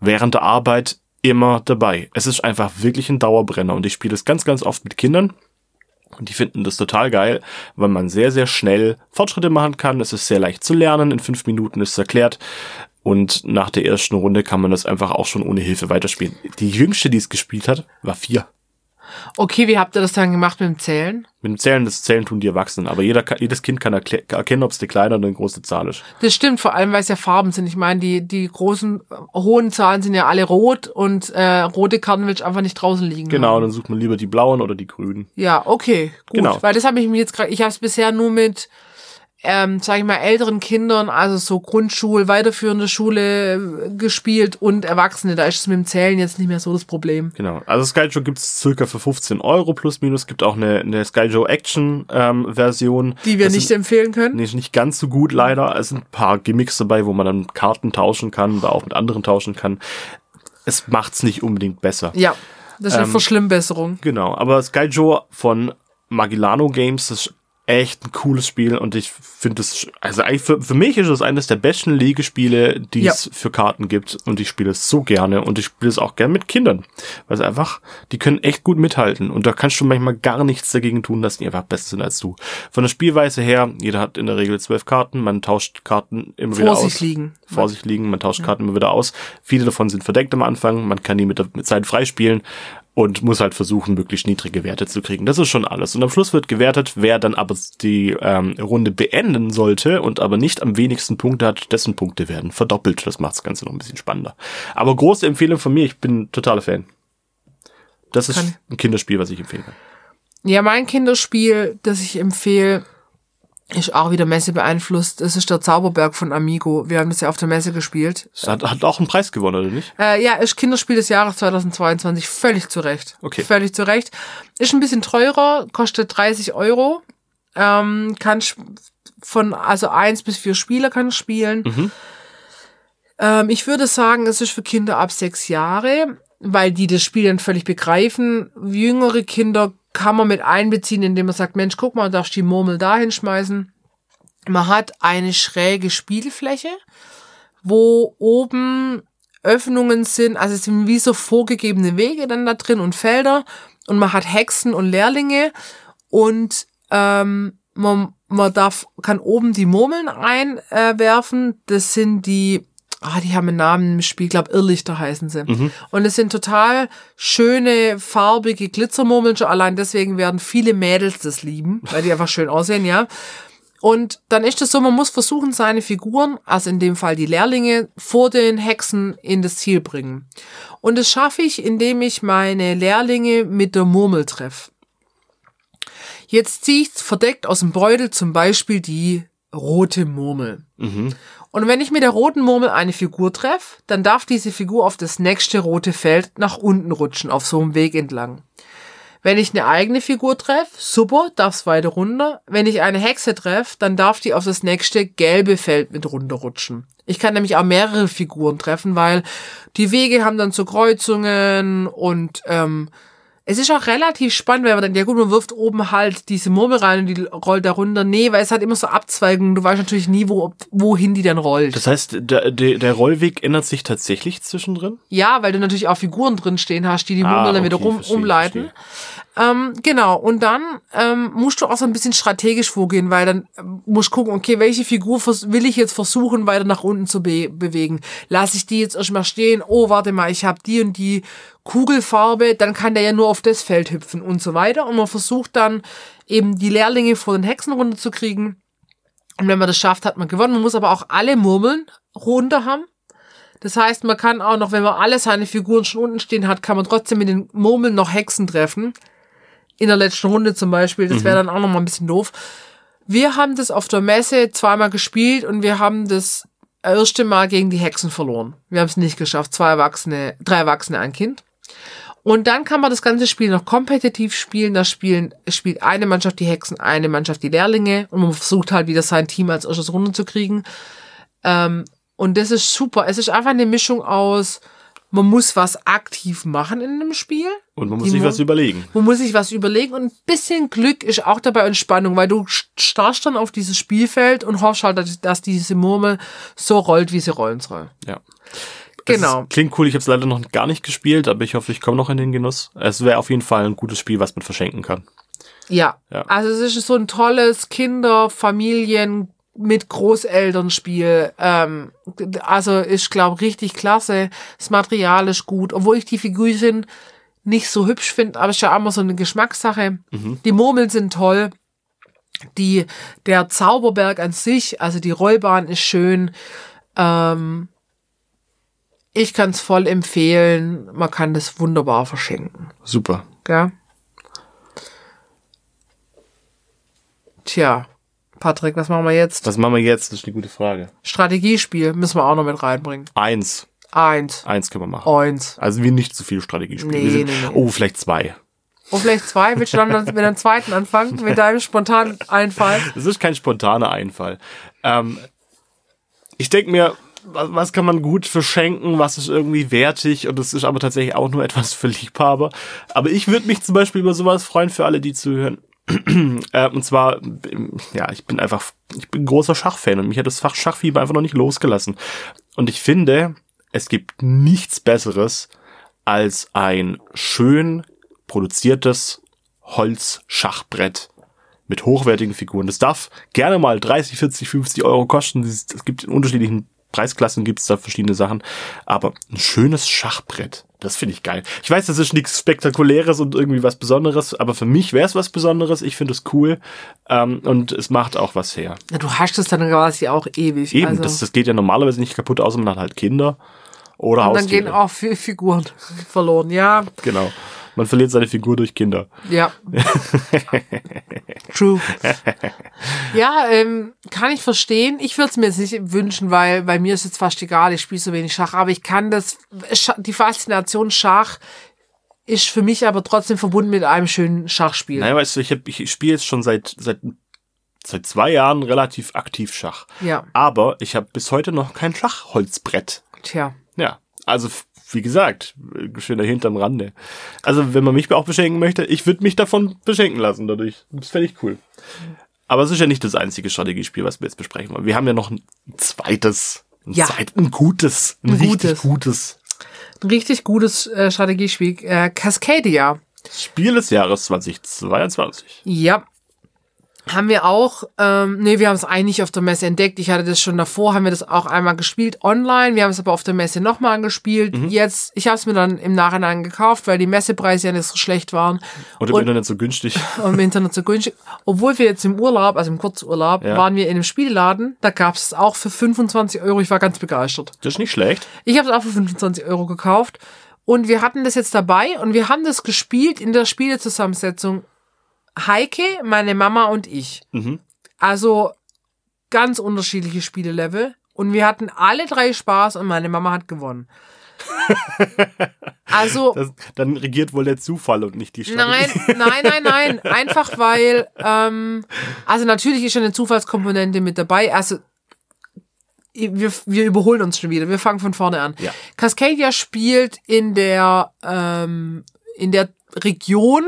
S1: während der Arbeit immer dabei. Es ist einfach wirklich ein Dauerbrenner und ich spiele es ganz, ganz oft mit Kindern. Und die finden das total geil, weil man sehr, sehr schnell Fortschritte machen kann. Es ist sehr leicht zu lernen. In fünf Minuten ist es erklärt. Und nach der ersten Runde kann man das einfach auch schon ohne Hilfe weiterspielen. Die jüngste, die es gespielt hat, war vier.
S2: Okay, wie habt ihr das dann gemacht mit dem Zählen?
S1: Mit dem Zählen, das Zählen tun die Erwachsenen, aber jeder, kann- jedes Kind kann erklä- erkennen, ob es eine kleine oder eine große Zahl ist.
S2: Das stimmt, vor allem, weil es ja Farben sind. Ich meine, die, die großen, äh, hohen Zahlen sind ja alle rot und äh, rote Karten willst du einfach nicht draußen liegen.
S1: Genau,
S2: haben.
S1: dann sucht man lieber die blauen oder die grünen.
S2: Ja, okay, gut.
S1: Genau.
S2: Weil das habe ich mir jetzt gerade, ich habe es bisher nur mit, ähm, sage ich mal, älteren Kindern, also so Grundschul, weiterführende Schule äh, gespielt und Erwachsene. Da ist es mit dem Zählen jetzt nicht mehr so das Problem.
S1: Genau. Also Sky Joe gibt's circa für 15 Euro plus minus. Gibt auch eine, eine Sky Joe Action ähm, Version.
S2: Die wir
S1: Das
S2: nicht
S1: Sind,
S2: empfehlen können.
S1: nee, ist nicht ganz so gut leider. Es sind ein paar Gimmicks dabei, wo man dann Karten tauschen kann oder auch mit anderen tauschen kann. Es macht's nicht unbedingt besser.
S2: Ja, das
S1: Ähm,
S2: ist eine Verschlimmbesserung.
S1: Genau, aber Sky Joe von Magillano Games das ist echt ein cooles Spiel und ich finde es, also eigentlich für, für mich ist es eines der besten Legespiele, die
S2: Ja.
S1: es für Karten gibt und ich spiele es so gerne und ich spiele es auch gerne mit Kindern, weil es einfach, die können echt gut mithalten und da kannst du manchmal gar nichts dagegen tun, dass die einfach besser sind als du. Von der Spielweise her, jeder hat in der Regel zwölf Karten, man tauscht Karten immer wieder
S2: Vor
S1: aus.
S2: sich liegen.
S1: Vor sich liegen, man tauscht Karten immer wieder aus. Viele davon sind verdeckt am Anfang, man kann die mit der mit Zeit freispielen und muss halt versuchen, möglichst niedrige Werte zu kriegen. Das ist schon alles. Und am Schluss wird gewertet, wer dann aber die ähm, Runde beenden sollte und aber nicht am wenigsten Punkte hat, dessen Punkte werden verdoppelt. Das macht das Ganze noch ein bisschen spannender. Aber große Empfehlung von mir, ich bin totaler Fan. Das ist
S2: Kann-
S1: ein Kinderspiel, was ich empfehle.
S2: Ja, mein Kinderspiel, das ich empfehle, ist auch wieder Messe beeinflusst. Das ist der Zauberberg von Amigo. Wir haben das ja auf der Messe gespielt.
S1: Es hat, hat auch einen Preis gewonnen, oder nicht?
S2: Äh, ja, ist Kinderspiel des Jahres 2022. Völlig zu Recht.
S1: Okay.
S2: Völlig zu Recht. Ist ein bisschen teurer, kostet 30 Euro. Ähm, kann sch- von, also eins bis vier Spieler kann spielen. Ähm, ich würde sagen, es ist für Kinder ab sechs Jahre, weil die das Spiel dann völlig begreifen. Jüngere Kinder kann man mit einbeziehen, indem man sagt, Mensch, guck mal, darfst die Murmel da hinschmeißen. Man hat eine schräge Spielfläche, wo oben Öffnungen sind, also es sind wie so vorgegebene Wege dann da drin und Felder und man hat Hexen und Lehrlinge und ähm, man, man darf, kann oben die Murmeln einwerfen. Äh, werfen. das sind die, ah, die haben einen Namen im Spiel, glaube Irrlichter heißen sie. Und es sind total schöne, farbige Glitzermurmeln. Schon allein deswegen werden viele Mädels das lieben, weil die einfach schön aussehen, ja. Und dann ist es so, man muss versuchen, seine Figuren, also in dem Fall die Lehrlinge, vor den Hexen in das Ziel bringen. Und das schaffe ich, indem ich meine Lehrlinge mit der Murmel treffe. Jetzt ziehe ich verdeckt aus dem Beutel zum Beispiel die rote Murmel. Und wenn ich mit der roten Murmel eine Figur treffe, dann darf diese Figur auf das nächste rote Feld nach unten rutschen, auf so einem Weg entlang. Wenn ich eine eigene Figur treffe, super, darf's weiter runter. Wenn ich eine Hexe treffe, dann darf die auf das nächste gelbe Feld mit runterrutschen. Ich kann nämlich auch mehrere Figuren treffen, weil die Wege haben dann so Kreuzungen und ähm, es ist auch relativ spannend, weil man dann, ja gut, man wirft oben halt diese Murmel rein und die rollt da runter. Nee, weil es hat immer so Abzweigungen. Du weißt natürlich nie, wo, wohin die dann rollt.
S1: Das heißt, der, der, der Rollweg ändert sich tatsächlich zwischendrin?
S2: Ja, weil du natürlich auch Figuren drin stehen hast, die die Murmel
S1: Ah,
S2: dann wieder
S1: okay,
S2: rum,
S1: verstehe,
S2: umleiten. Ähm, genau, und dann ähm, musst du auch so ein bisschen strategisch vorgehen, weil dann ähm, musst du gucken, okay, welche Figur vers- will ich jetzt versuchen, weiter nach unten zu be bewegen. Lasse ich die jetzt erstmal stehen? Oh, warte mal, ich habe die und die Kugelfarbe, dann kann der ja nur auf das Feld hüpfen und so weiter. Und man versucht dann eben die Lehrlinge vor den Hexen runterzukriegen. Und wenn man das schafft, hat man gewonnen. Man muss aber auch alle Murmeln runter haben. Das heißt, man kann auch noch, wenn man alle seine Figuren schon unten stehen hat, kann man trotzdem mit den Murmeln noch Hexen treffen. In der letzten Runde zum Beispiel. Das
S1: Mhm.
S2: wäre dann auch noch mal ein bisschen doof. Wir haben das auf der Messe zweimal gespielt und wir haben das erste Mal gegen die Hexen verloren. Wir haben es nicht geschafft. Zwei Erwachsene, drei Erwachsene, ein Kind. Und dann kann man das ganze Spiel noch kompetitiv spielen. Da spielen, spielt eine Mannschaft die Hexen, eine Mannschaft die Lehrlinge und man versucht halt wieder sein Team als erstes runterzukriegen. Ähm, und das ist super. Es ist einfach eine Mischung aus, man muss was aktiv machen in einem Spiel.
S1: Und man muss
S2: Die
S1: sich
S2: Mur-
S1: was überlegen.
S2: Man muss sich was überlegen und ein bisschen Glück ist auch dabei und Spannung, weil du st- starrst dann auf dieses Spielfeld und hoffst halt, dass- dass diese Murmel so rollt, wie sie rollen soll.
S1: Ja.
S2: Genau.
S1: Es ist- klingt cool. Ich habe es leider noch gar nicht gespielt, aber ich hoffe, ich komme noch in den Genuss. Es wäre auf jeden Fall ein gutes Spiel, was man verschenken kann.
S2: Ja.
S1: Ja.
S2: Also es ist so ein tolles Kinder-, Familien- mit Großelternspiel. Ähm, also ich glaube richtig klasse. Das Material ist gut, obwohl ich die Figürchen nicht so hübsch finde, aber es ist ja immer so eine Geschmackssache. Die Murmeln sind toll. Die, der Zauberberg an sich, also die Rollbahn ist schön. Ähm, ich kann es voll empfehlen. Man kann das wunderbar verschenken.
S1: Super.
S2: Gell? Tja, Patrick, was machen wir jetzt?
S1: Was machen wir jetzt? Das ist eine gute Frage.
S2: Strategiespiel müssen wir auch noch mit reinbringen.
S1: Eins.
S2: Eins,
S1: Eins können wir machen.
S2: eins.
S1: Also wir nicht zu viel Strategie spielen.
S2: Oh. Nee,
S1: wir sind,
S2: nee, nee.
S1: Oh, vielleicht zwei.
S2: Und vielleicht zwei. Willst du dann mit einem zweiten anfangen? Mit deinem spontanen Einfall?
S1: Das ist kein spontaner Einfall. Ähm, ich denke mir, wa- was kann man gut verschenken, was ist irgendwie wertig und das ist aber tatsächlich auch nur etwas für Liebhaber. Aber ich würde mich zum Beispiel über sowas freuen für alle, die zuhören. äh, und zwar, ähm, ja, ich bin einfach, ich bin großer Schachfan und mich hat das Fach Schachfieber einfach noch nicht losgelassen. Und ich finde, es gibt nichts Besseres als ein schön produziertes Holzschachbrett mit hochwertigen Figuren. Das darf gerne mal 30, 40, 50 Euro kosten. Es es gibt in unterschiedlichen Preisklassen gibt's da verschiedene Sachen. Aber ein schönes Schachbrett, das finde ich geil. Ich weiß, das ist nichts Spektakuläres und irgendwie was Besonderes, aber für mich wäre es was Besonderes. Ich finde es cool ähm, und es macht auch was her.
S2: Na, du hast es dann quasi auch ewig.
S1: Eben,
S2: also.
S1: das, das geht ja normalerweise nicht kaputt, außer man hat halt Kinder oder
S2: und dann
S1: Haustiere.
S2: gehen auch viele Figuren verloren. Ja,
S1: Genau. Man verliert seine Figur durch Kinder.
S2: ja. True. Ja, ähm, kann ich verstehen. Ich würde es mir jetzt nicht wünschen, weil bei mir ist jetzt fast egal, ich spiele so wenig Schach, aber ich kann das, Scha- die Faszination Schach ist für mich aber trotzdem verbunden mit einem schönen Schachspiel.
S1: Naja, weißt du, ich, hab- ich spiele jetzt schon seit, seit, seit zwei Jahren relativ aktiv Schach.
S2: Ja,
S1: Aber ich habe bis heute noch kein Schachholzbrett.
S2: tja.
S1: Ja, also f- wie gesagt, äh, schön dahinter am Rande. Also wenn man mich auch beschenken möchte, ich würde mich davon beschenken lassen dadurch. Das fände ich cool. Aber es ist ja nicht das einzige Strategiespiel, was wir jetzt besprechen wollen. Wir haben ja noch ein zweites. Ein,
S2: Ja.
S1: zweit, ein gutes. Ein,
S2: Ein
S1: richtig
S2: gutes.
S1: gutes.
S2: Ein richtig gutes äh, Strategiespiel. Äh, Cascadia.
S1: Spiel des Jahres 2022.
S2: Ja. Haben wir auch, ähm, nee, wir haben es eigentlich auf der Messe entdeckt. Ich hatte das schon davor, haben wir das auch einmal gespielt online. Wir haben es aber auf der Messe nochmal gespielt.
S1: Mhm.
S2: Jetzt, ich habe es mir dann im Nachhinein gekauft, weil die Messepreise ja nicht so schlecht waren
S1: Und im
S2: Und-
S1: Internet so günstig.
S2: und im Internet so günstig. Obwohl wir jetzt im Urlaub, also im Kurzurlaub,
S1: Ja.
S2: waren wir in einem Spielladen. Da gab es auch für 25 Euro. Ich war ganz begeistert.
S1: Das ist nicht schlecht.
S2: Ich habe es auch für 25 Euro gekauft. Und wir hatten das jetzt dabei und wir haben das gespielt in der Spielezusammensetzung. Heike, meine Mama und ich.
S1: Mhm.
S2: Also ganz unterschiedliche Spielelevel. Und wir hatten alle drei Spaß und meine Mama hat gewonnen. also,
S1: Das, dann regiert wohl der Zufall und nicht die Strategie.
S2: nein, nein, nein, nein. Einfach weil, ähm, also natürlich ist schon eine Zufallskomponente mit dabei. Also wir, wir überholen uns schon wieder. Wir fangen von vorne an.
S1: Ja.
S2: Cascadia spielt in der ähm, in der Region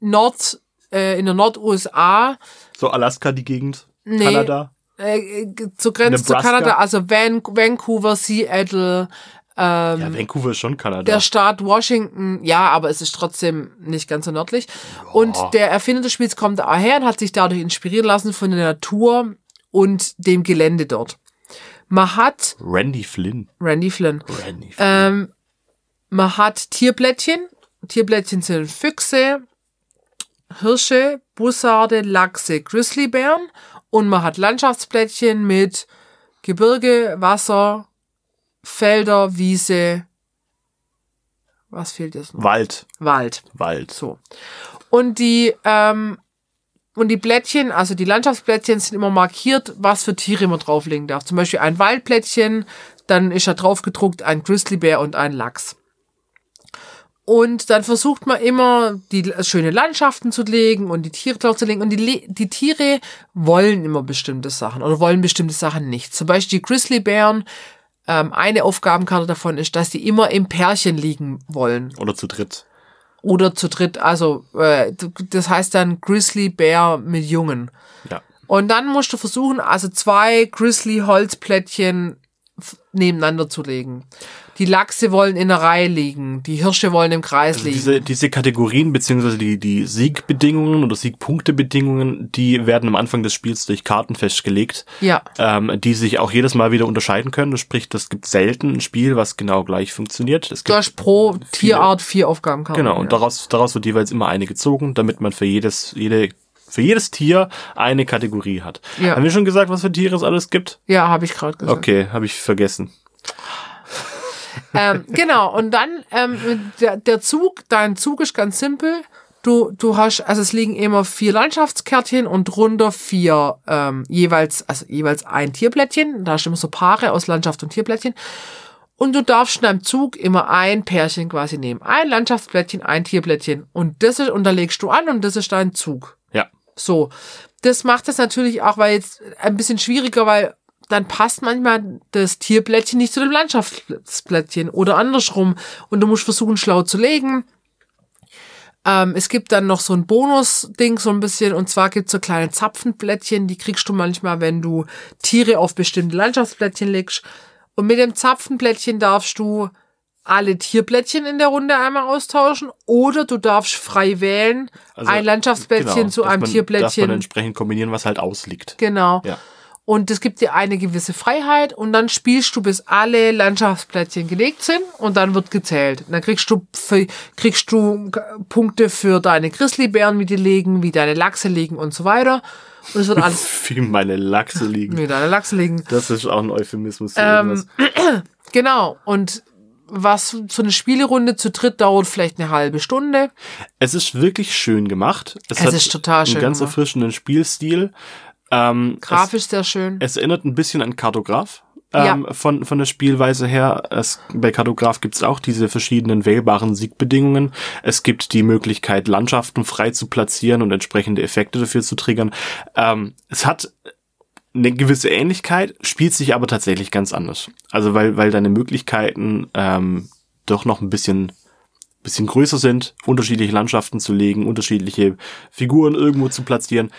S2: Nord äh, in der Nord-USA
S1: So Alaska die Gegend.
S2: Nee.
S1: Kanada.
S2: äh, zur Grenze zu
S1: Nebraska.
S2: Kanada, also Van Vancouver, Seattle, ähm,
S1: Ja, Vancouver ist schon Kanada.
S2: der Staat Washington, ja, aber es ist trotzdem nicht ganz so nördlich. Und der Erfinder des Spiels kommt daher und hat sich dadurch inspirieren lassen von der Natur und dem Gelände dort. Man hat
S1: Randy Flynn.
S2: Randy Flynn.
S1: Randy Flynn.
S2: Ähm, man hat Tierblättchen. Tierblättchen sind Füchse, Hirsche, Bussarde, Lachse, Grizzlybären. Und man hat Landschaftsblättchen mit Gebirge, Wasser, Felder, Wiese, was fehlt jetzt noch?
S1: Wald,
S2: Wald.
S1: Wald.
S2: So. Und die, ähm, und die Blättchen, also die Landschaftsplättchen sind immer markiert, was für Tiere man drauflegen darf. Zum Beispiel ein Waldplättchen, dann ist da drauf gedruckt ein Grizzlybär und ein Lachs. Und dann versucht man immer, die l- schöne Landschaften zu legen und die Tiere draufzulegen. Und die, Le- die Tiere wollen immer bestimmte Sachen oder wollen bestimmte Sachen nicht. Zum Beispiel die Grizzlybären, ähm, eine Aufgabenkarte davon ist, dass die immer im Pärchen liegen wollen
S1: Oder zu dritt.
S2: oder zu dritt, also äh, das heißt dann Grizzly Bear mit Jungen.
S1: Ja.
S2: Und dann musst du versuchen, also zwei Grizzly Holzplättchen f- nebeneinander zu legen. Die Lachse wollen in der Reihe liegen, die Hirsche wollen im Kreis liegen.
S1: Also Diese, diese Kategorien beziehungsweise die, die Siegbedingungen oder Siegpunktebedingungen, die werden am Anfang des Spiels durch Karten festgelegt,
S2: ja,
S1: ähm, die sich auch jedes Mal wieder unterscheiden können. Das spricht, das gibt selten ein Spiel, was genau gleich funktioniert. Es
S2: du
S1: gibt,
S2: hast pro Tierart vier Aufgabenkarten.
S1: genau, und
S2: Oh, ja.
S1: daraus, daraus wird jeweils immer eine gezogen, damit man für jedes, jede, für jedes Tier eine Kategorie hat.
S2: Ja.
S1: Haben wir schon gesagt, was für Tiere es alles gibt?
S2: ja habe ich gerade gesagt.
S1: Okay, habe ich vergessen.
S2: ähm, genau, und dann ähm, der, der Zug, dein Zug ist ganz simpel. Du, du hast, also es liegen immer vier Landschaftskärtchen und drunter vier ähm, jeweils, also jeweils ein Tierblättchen. Da hast du immer so Paare aus Landschaft und Tierblättchen. Und du darfst in deinem Zug immer ein Pärchen quasi nehmen. Ein Landschaftsblättchen, ein Tierblättchen. Und das ist, unterlegst du an und das ist dein Zug.
S1: Ja.
S2: So. Das macht es natürlich auch, weil jetzt ein bisschen schwieriger, weil dann passt manchmal das Tierblättchen nicht zu dem Landschaftsblättchen oder andersrum. Und du musst versuchen, schlau zu legen. Ähm, es gibt dann noch so ein Bonus-Ding, so ein bisschen, und zwar gibt's so kleine Zapfenblättchen, die kriegst du manchmal, wenn du Tiere auf bestimmte Landschaftsblättchen legst. Und mit dem Zapfenblättchen darfst du alle Tierblättchen in der Runde einmal austauschen oder du darfst frei wählen,
S1: Also,
S2: ein Landschaftsblättchen
S1: Genau,
S2: zu
S1: darf man,
S2: einem
S1: Darf man
S2: Tierblättchen.
S1: entsprechend kombinieren, was halt ausliegt.
S2: Genau.
S1: Ja.
S2: Und es gibt dir eine gewisse Freiheit und dann spielst du, bis alle Landschaftsplättchen gelegt sind und dann wird gezählt. Dann kriegst du, für, kriegst du Punkte für deine Grizzlybären, wie die legen, wie deine Lachse legen und so weiter. Und es wird alles
S1: Wie meine Lachse liegen.
S2: wie deine Lachse legen.
S1: Das ist auch ein Euphemismus. für
S2: Ähm.
S1: irgendwas.
S2: Genau. Und was so eine Spielerunde zu dritt dauert vielleicht eine halbe Stunde.
S1: es ist wirklich schön gemacht.
S2: Es ist total schön
S1: Einen ganz
S2: gemacht.
S1: erfrischenden Spielstil. Ähm,
S2: Grafisch sehr schön.
S1: Es, es erinnert ein bisschen an Kartograf.
S2: Ja.
S1: Ähm, von, von der Spielweise her. Es, bei Kartograf gibt es auch diese verschiedenen wählbaren Siegbedingungen. Es gibt die Möglichkeit, Landschaften frei zu platzieren und entsprechende Effekte dafür zu triggern. Ähm, es hat eine gewisse Ähnlichkeit, spielt sich aber tatsächlich ganz anders. Also weil, weil deine Möglichkeiten ähm, doch noch ein bisschen, bisschen größer sind, unterschiedliche Landschaften zu legen, unterschiedliche Figuren irgendwo zu platzieren.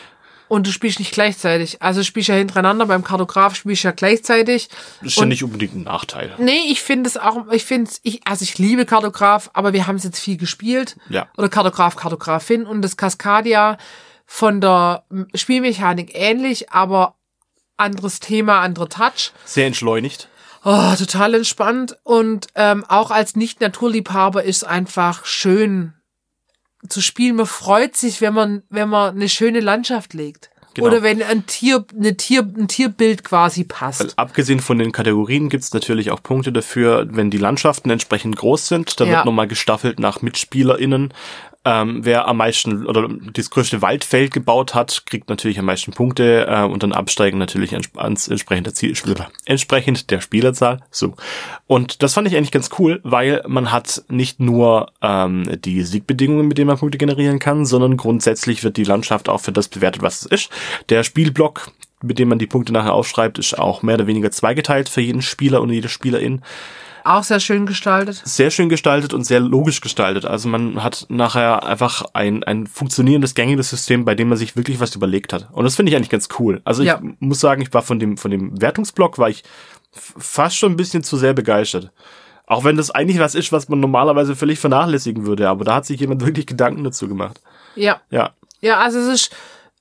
S2: Und du spielst nicht gleichzeitig. Also spielst ja hintereinander. Beim Kartograf spielst du ja gleichzeitig.
S1: Das ist ja nicht unbedingt ein Nachteil.
S2: Nee, ich finde es auch, ich finde es, ich, also ich liebe Kartograf, aber wir haben es jetzt viel gespielt.
S1: Ja.
S2: Oder Kartograf, Kartografin und das Cascadia von der m, Spielmechanik ähnlich, aber anderes Thema, anderer Touch.
S1: Sehr entschleunigt.
S2: Oh, total entspannt. Und ähm, auch als Nicht-Naturliebhaber ist einfach schön zu spielen. Man freut sich, wenn man, wenn man eine schöne Landschaft legt.
S1: Genau.
S2: Oder wenn ein Tier, eine Tier, ein Tierbild quasi passt.
S1: Abgesehen von den Kategorien gibt's natürlich auch Punkte dafür, wenn die Landschaften entsprechend groß sind. Da
S2: Ja.
S1: wird nochmal gestaffelt nach MitspielerInnen. Ähm, wer am meisten oder das größte Waldfeld gebaut hat, kriegt natürlich am meisten Punkte äh, und dann absteigen natürlich ans, ans entsprechende Ziel, entsprechend der Spielerzahl. So. Und das fand ich eigentlich ganz cool, weil man hat nicht nur ähm, die Siegbedingungen, mit denen man Punkte generieren kann, sondern grundsätzlich wird die Landschaft auch für das bewertet, was es ist. Der Spielblock, mit dem man die Punkte nachher aufschreibt, ist auch mehr oder weniger zweigeteilt für jeden Spieler und jede Spielerin.
S2: Auch sehr schön gestaltet.
S1: Sehr schön gestaltet und sehr logisch gestaltet. Also man hat nachher einfach ein, ein funktionierendes, gängiges System, bei dem man sich wirklich was überlegt hat. Und das finde ich eigentlich ganz cool. Also
S2: Ja.
S1: ich muss sagen, ich war von dem, von dem Wertungsblock, war ich f- fast schon ein bisschen zu sehr begeistert. Auch wenn das eigentlich was ist, was man normalerweise völlig vernachlässigen würde, aber da hat sich jemand wirklich Gedanken dazu gemacht.
S2: Ja.
S1: Ja,
S2: Ja, also es ist,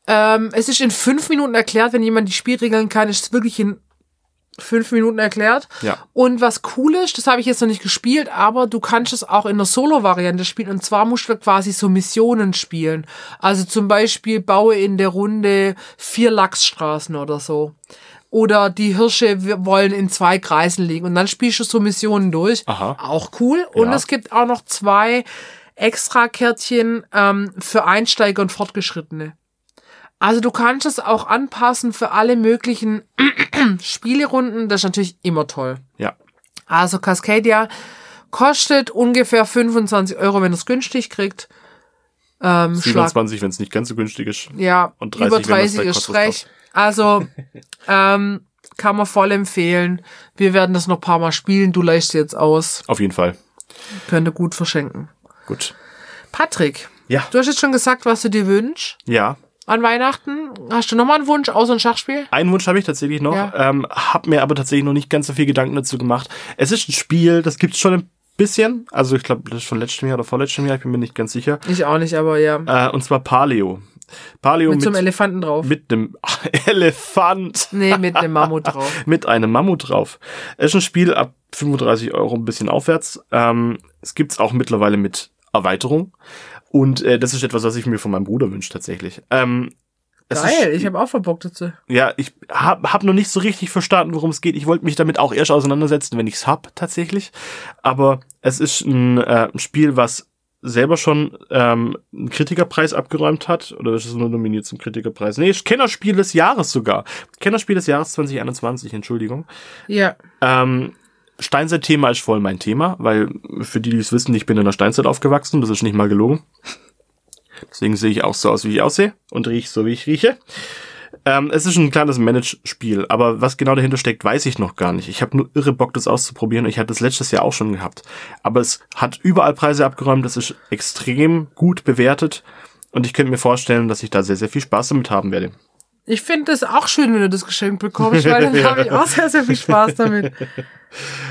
S2: ähm, es ist in fünf Minuten erklärt, wenn jemand die Spielregeln kann, ist es wirklich in fünf Minuten erklärt.
S1: Ja.
S2: Und was cool ist, das habe ich jetzt noch nicht gespielt, aber du kannst es auch in der Solo-Variante spielen. Und zwar musst du quasi so Missionen spielen. Also zum Beispiel baue in der Runde vier Lachsstraßen oder so. Oder die Hirsche wir wollen in zwei Kreisen liegen. Und dann spielst du so Missionen durch.
S1: Aha.
S2: Auch cool. Und
S1: Ja.
S2: es gibt auch noch zwei extra Kärtchen ähm, für Einsteiger und Fortgeschrittene. Also du kannst es auch anpassen für alle möglichen Spielerunden. Das ist natürlich immer toll.
S1: Ja.
S2: Also Cascadia kostet ungefähr 25 Euro, wenn ihr es günstig kriegt. Ähm, Schlag,
S1: 27, wenn es nicht ganz so günstig ist.
S2: ja,
S1: und 30,
S2: über
S1: wenn man's
S2: 30
S1: bei
S2: ist
S1: Cosmos
S2: frech. Also ähm, kann man voll empfehlen. Wir werden das noch ein paar Mal spielen. Du leist jetzt aus.
S1: Auf jeden Fall.
S2: Könnte gut verschenken.
S1: Gut.
S2: Patrick,
S1: Ja.
S2: du hast jetzt schon gesagt, was du dir wünschst
S1: Ja.
S2: an Weihnachten. Hast du nochmal einen Wunsch außer ein Schachspiel?
S1: Einen Wunsch habe ich tatsächlich noch,
S2: Ja.
S1: ähm, habe mir aber tatsächlich noch nicht ganz so viel Gedanken dazu gemacht. Es ist ein Spiel, das gibt's schon ein bisschen. Also ich glaube, das ist von letztem Jahr oder vorletztem Jahr, ich bin mir nicht ganz sicher.
S2: Ich auch nicht, aber ja.
S1: Äh, und zwar Paleo. Paleo
S2: Mit so
S1: mit,
S2: einem Elefanten drauf.
S1: mit einem Elefant.
S2: Nee, mit einem Mammut drauf.
S1: mit einem Mammut drauf. Ist ein Spiel ab 35 Euro ein bisschen aufwärts. Ähm, es gibt's auch mittlerweile mit Erweiterung. Und äh, das ist etwas, was ich mir von meinem Bruder wünsche tatsächlich. Ähm, es
S2: Geil,
S1: ist,
S2: ich habe auch verbockt dazu.
S1: ja, ich hab, hab noch nicht so richtig verstanden, worum es geht. Ich wollte mich damit auch erst auseinandersetzen, wenn ich's hab, tatsächlich. Aber es ist ein äh, ein Spiel, was selber schon ähm, einen Kritikerpreis abgeräumt hat. Oder ist es nur nominiert zum Kritikerpreis? Nee, ist Kennerspiel des Jahres sogar. Kennerspiel des Jahres 2021, Entschuldigung.
S2: Ja.
S1: Ähm, Steinzeit-Thema ist voll mein Thema, weil für die, die es wissen, ich bin in der Steinzeit aufgewachsen, das ist nicht mal gelogen. Deswegen sehe ich auch so aus, wie ich aussehe und rieche so, wie ich rieche. Ähm, es ist ein kleines Manage-Spiel, aber was genau dahinter steckt, weiß ich noch gar nicht. Ich habe nur irre Bock, das auszuprobieren. Ich hatte das letztes Jahr auch schon gehabt. Aber es hat überall Preise abgeräumt, es ist extrem gut bewertet und ich könnte mir vorstellen, dass ich da sehr, sehr viel Spaß damit haben werde.
S2: Ich finde es auch schön, wenn du das Geschenk bekommst, weil dann habe ich auch sehr, sehr viel Spaß damit.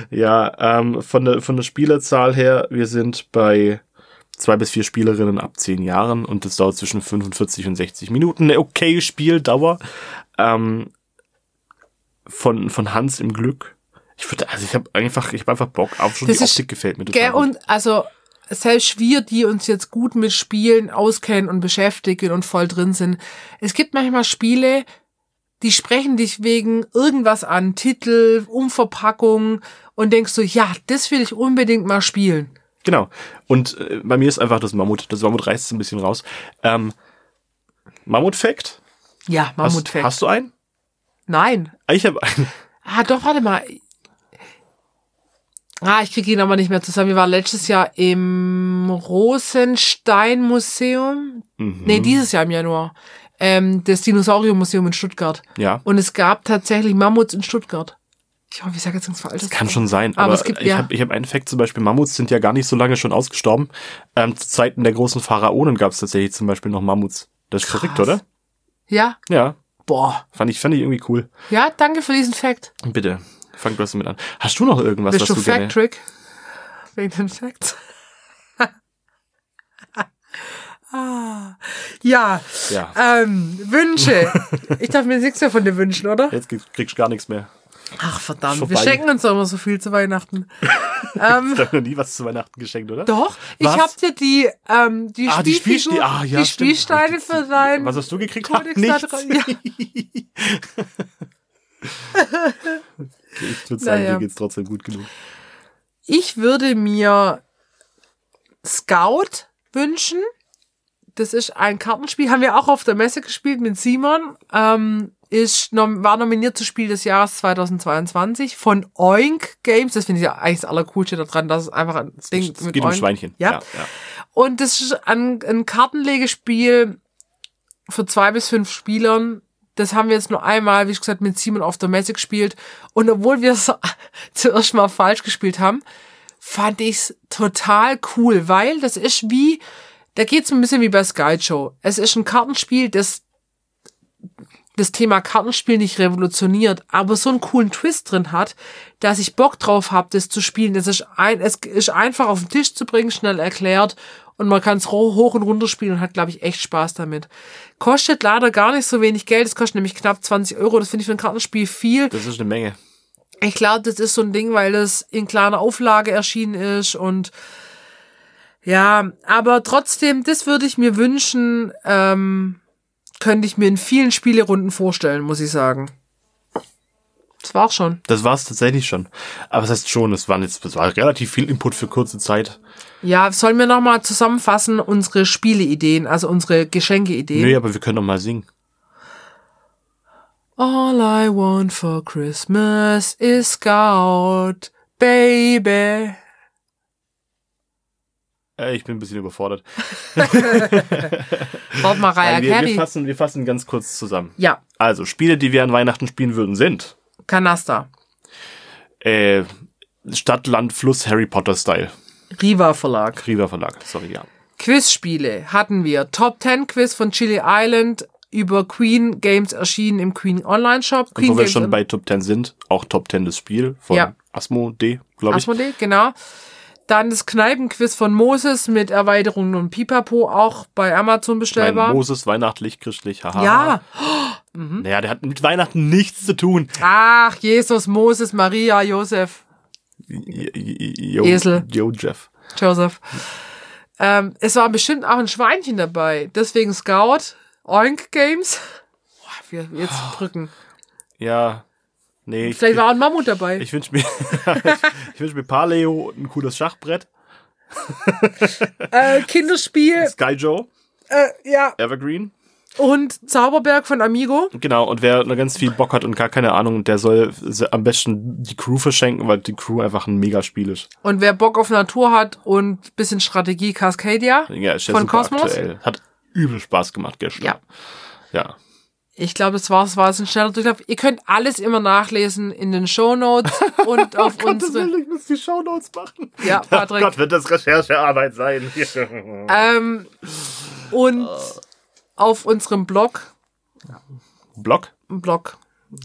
S1: Ja, ähm, von, der, von der Spielerzahl her, wir sind bei zwei bis vier Spielerinnen ab zehn Jahren und das dauert zwischen 45 und 60 Minuten. Eine okay Spieldauer. Ähm, von, von Hans im Glück. Ich würde, also ich habe einfach, ich habe einfach Bock auf schon
S2: Das
S1: die
S2: ist-
S1: Optik gefällt mir
S2: Gell,
S1: gut.
S2: und also selbst wir, die uns jetzt gut mit Spielen auskennen und beschäftigen und voll drin sind, es gibt manchmal Spiele, die sprechen dich wegen irgendwas an, Titel, Umverpackung und denkst du, ja, das will ich unbedingt mal spielen.
S1: Genau. Und äh, bei mir ist einfach das Mammut. Das Mammut reißt ein bisschen raus. Ähm, Mammut-Fact?
S2: Ja,
S1: Hast,
S2: Mammutfeld.
S1: hast du einen?
S2: Nein.
S1: Ich habe einen.
S2: Ah, doch, warte mal. Ah, ich kriege ihn aber nicht mehr zusammen. Wir waren letztes Jahr im Rosenstein-Museum.
S1: Mhm.
S2: Nee, dieses Jahr im Januar. Ähm, das Dinosaurier-Museum in Stuttgart.
S1: Ja.
S2: Und es gab tatsächlich Mammuts in Stuttgart. Ich hoffe, ich sage jetzt nichts Falsches.
S1: Kann schon sein,
S2: Aber
S1: aber,
S2: es gibt-
S1: ich
S2: ja.
S1: habe ich hab einen Fact, zum Beispiel Mammuts sind ja gar nicht so lange schon ausgestorben. Ähm, zu Zeiten der großen Pharaonen gab es tatsächlich zum Beispiel noch Mammuts. Das ist verrückt, oder?
S2: Ja?
S1: Ja,
S2: Boah.
S1: fand ich, fand ich irgendwie cool.
S2: Ja, danke für diesen Fact.
S1: Bitte, fang du das mit an. Hast du noch irgendwas,
S2: Bist
S1: was du
S2: du
S1: gerne...
S2: Fact-Trick? Wegen den Facts. ah. Ja.
S1: Ja,
S2: Ähm, Wünsche. Ich darf mir nichts mehr von dir wünschen, oder?
S1: jetzt kriegst- kriegst du gar nichts mehr.
S2: Ach verdammt,
S1: Vorbei.
S2: wir schenken uns doch immer so viel zu Weihnachten. ähm,
S1: Ich habe noch nie was zu Weihnachten geschenkt, oder?
S2: doch, ich
S1: Was?
S2: hab dir die, ähm, die,
S1: Ah, die
S2: Spielfigur-
S1: Spielste- ah, ja,
S2: die
S1: stimmt.
S2: Spielsteine für dein
S1: Was hast du gekriegt? Hab
S2: Codex da
S1: nichts.
S2: dran. Ja.
S1: Ich würde sagen,
S2: Naja.
S1: dir geht's trotzdem gut genug.
S2: Ich würde mir Scout wünschen. Das ist ein Kartenspiel, haben wir auch auf der Messe gespielt mit Simon. Ähm, ist nom war nominiert zu Spiel des Jahres 2022 von Oink Games. Das finde ich ja eigentlich das Allercoolste daran, dass es einfach ein Ding
S1: Es geht um
S2: Oink-
S1: Schweinchen.
S2: Ja.
S1: ja, ja.
S2: Und das ist ein, ein Kartenlegespiel für zwei bis fünf Spielern. Das haben wir jetzt nur einmal, wie ich gesagt, mit Simon auf der Messe gespielt. Und obwohl wir es zuerst mal falsch gespielt haben, fand ich's total cool, weil das ist wie, da geht's ein bisschen wie bei Sky Show. Es ist ein Kartenspiel, das das Thema Kartenspiel nicht revolutioniert, aber so einen coolen Twist drin hat, dass ich Bock drauf habe, das zu spielen. Das ist ein, es ist einfach auf den Tisch zu bringen, schnell erklärt und man kann es hoch und runter spielen und hat, glaube ich, echt Spaß damit. Kostet leider gar nicht so wenig Geld. Es kostet nämlich knapp 20 Euro. Das finde ich für ein Kartenspiel viel.
S1: Das ist eine Menge.
S2: Ich glaube, das ist so ein Ding, weil das in kleiner Auflage erschienen ist und ja, aber trotzdem, das würde ich mir wünschen, ähm, könnte ich mir in vielen Spielerunden vorstellen, muss ich sagen. Das war auch schon.
S1: Das war es tatsächlich schon. Aber das heißt schon, es waren jetzt, es war relativ viel Input für kurze Zeit.
S2: Ja, sollen wir nochmal zusammenfassen unsere Spieleideen, also unsere Geschenkeideen?
S1: Nee, aber wir können noch mal singen.
S2: All I want for Christmas is Scout, baby.
S1: Äh, ich bin ein bisschen überfordert.
S2: Braucht Mariah
S1: Nein, wir, wir,
S2: Carey.
S1: fassen, wir fassen ganz kurz zusammen.
S2: Ja,
S1: Also, Spiele, die wir an Weihnachten spielen würden, sind
S2: Kanasta.
S1: äh, Stadt, Land, Fluss, Harry Potter Style.
S2: Riva Verlag.
S1: Krieger Verlag, sorry, ja.
S2: Quizspiele hatten wir. Top 10 Quiz von Chili Island über Queen Games erschienen im Queen Online Shop. Queen
S1: Wo wir
S2: Games
S1: schon bei Top 10 sind, auch Top 10 das Spiel von
S2: Ja.
S1: Asmo D, glaube ich.
S2: Asmodee, genau. Dann das Kneipenquiz von Moses mit Erweiterungen und Pipapo, auch bei Amazon
S1: Mein
S2: bestellbar.
S1: Moses, weihnachtlich, christlich, haha.
S2: ja.
S1: Naja, der hat mit Weihnachten nichts zu tun.
S2: Ach, Jesus, Moses, Maria, Josef.
S1: J- j- jo-
S2: Esel.
S1: Jo, Jeff.
S2: Joseph. Ähm, es war bestimmt auch ein Schweinchen dabei. Deswegen Scout, Oink Games. Boah, wir wir jetzt drücken.
S1: Ja. Nee, ich,
S2: Vielleicht war auch ein Mammut dabei.
S1: ich wünsche mir, ich wünsch mir Paleo und ein cooles Schachbrett.
S2: äh, Kinderspiel,
S1: Sky Joe,
S2: äh, ja.
S1: Evergreen.
S2: Und Zauberberg von Amigo.
S1: Genau, und wer noch ganz viel Bock hat und gar keine Ahnung, der soll se- am besten die Crew verschenken, weil die Crew einfach ein mega Spiel ist.
S2: Und wer Bock auf Natur hat und bisschen Strategie, Cascadia
S1: Ja, ist ja
S2: von
S1: super
S2: Cosmos.
S1: aktuell. Hat übel Spaß gemacht
S2: Ja.
S1: gestern. Ja.
S2: Ich glaube, das war's, war es ein schneller Durchlauf. Ihr könnt alles immer nachlesen in den Shownotes
S1: Oh
S2: und äh, auf unsere.
S1: ich muss die Shownotes machen.
S2: Ja, Patrick.
S1: Oh Gott, wird das Recherchearbeit sein.
S2: Ähm, und
S1: Oh.
S2: auf unserem Blog.
S1: Blog?
S2: Blog.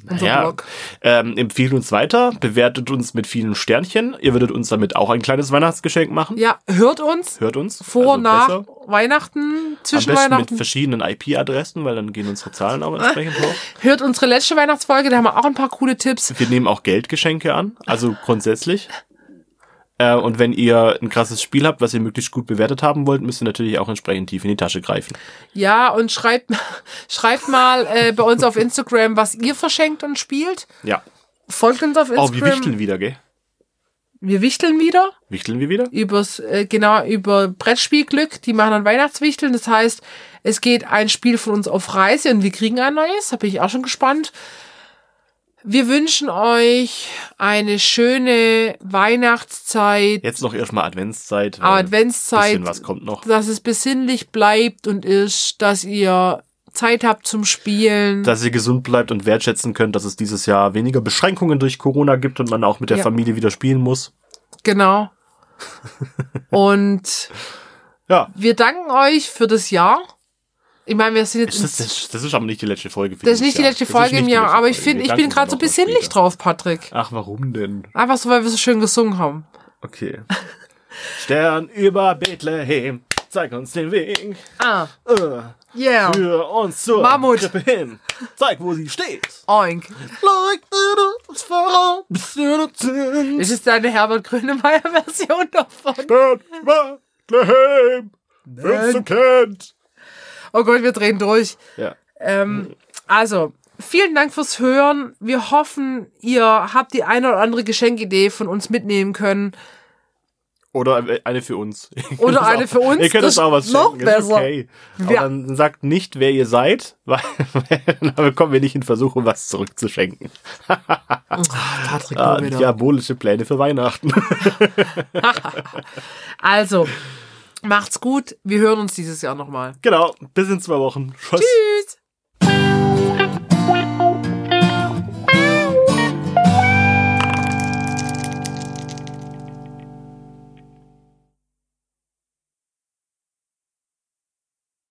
S2: Unser
S1: Ja.
S2: Blog.
S1: Ähm, empfehlt uns weiter, bewertet uns mit vielen Sternchen. Ihr würdet uns damit auch ein kleines Weihnachtsgeschenk machen.
S2: Ja, hört uns
S1: Hört uns.
S2: vor,
S1: also
S2: nach
S1: besser.
S2: Weihnachten,
S1: Am
S2: zwischen
S1: besten mit
S2: Weihnachten.
S1: verschiedenen IP-Adressen, weil dann gehen unsere Zahlen auch entsprechend hoch.
S2: Hört unsere letzte Weihnachtsfolge, da haben wir auch ein paar coole Tipps.
S1: Wir nehmen auch Geldgeschenke an, also grundsätzlich. Äh, und wenn ihr ein krasses Spiel habt, was ihr möglichst gut bewertet haben wollt, müsst ihr natürlich auch entsprechend tief in die Tasche greifen.
S2: Ja, und schreibt, schreibt mal äh, bei uns auf Instagram, was ihr verschenkt und spielt.
S1: Ja.
S2: Folgt uns auf Instagram.
S1: Oh, wir wichteln wieder, gell?
S2: Wir wichteln wieder.
S1: Wichteln wir wieder?
S2: Übers, äh, genau, über Brettspielglück. Die machen dann Weihnachtswichteln. Das heißt, es geht ein Spiel von uns auf Reise und wir kriegen ein neues. Da bin ich auch schon gespannt. Wir wünschen euch eine schöne Weihnachtszeit,
S1: Jetzt noch erstmal Adventszeit. weil
S2: Oh, Adventszeit,
S1: Bisschen was kommt noch.
S2: dass es besinnlich bleibt und ist, dass ihr Zeit habt zum Spielen.
S1: Dass ihr gesund bleibt und wertschätzen könnt, dass es dieses Jahr weniger Beschränkungen durch Corona gibt und man auch mit der
S2: Ja.
S1: Familie wieder spielen muss.
S2: Genau. und
S1: Ja.
S2: wir danken euch für das Jahr. Ich meine, wir sind jetzt
S1: Das
S2: im
S1: ist, das ist aber nicht die letzte Folge. für
S2: Das ist
S1: dieses
S2: nicht die
S1: Jahr.
S2: letzte
S1: Das ist
S2: Folge
S1: nicht
S2: im
S1: die
S2: Jahr,
S1: letzte
S2: aber ich
S1: Folge.
S2: finde,
S1: Wir
S2: ich
S1: danken
S2: bin gerade
S1: uns
S2: so ein
S1: noch was
S2: bisschen
S1: später. Ah.
S2: nicht drauf, Patrick.
S1: Ach, warum denn?
S2: Einfach so, weil wir so schön gesungen haben.
S1: Okay. Stern über Bethlehem, zeig uns den Weg.
S2: Ah,
S1: Äh,
S2: yeah.
S1: Für uns zur
S2: Oh. Mammut.
S1: Krippe hin. Zeig, wo sie steht.
S2: Oink.
S1: Leuchtet uns voran, bis wir dort sind.
S2: Das ist deine Herbert Grönemeyer-Version davon.
S1: Stern Bethlehem, wenn's du kennt.
S2: Oh Gott, wir drehen durch.
S1: Ja.
S2: Ähm, also, vielen Dank fürs Hören. Wir hoffen, ihr habt die eine oder andere Geschenkidee von uns mitnehmen können.
S1: Oder äh, eine für uns.
S2: Oder
S1: Das ist
S2: eine für uns,
S1: Ihr könnt
S2: das
S1: uns auch was
S2: ist noch
S1: schenken. Ist
S2: besser.
S1: okay. Aber
S2: Ja.
S1: dann sagt nicht, wer ihr seid, weil dann kommen wir nicht in Versuche, was zurückzuschenken.
S2: Patrick,
S1: Ah,
S2: nur wieder.
S1: diabolische Pläne für Weihnachten.
S2: Also, macht's gut. Wir hören uns dieses Jahr nochmal.
S1: genau. Bis in zwei Wochen. Tschüss.
S2: Tschüss.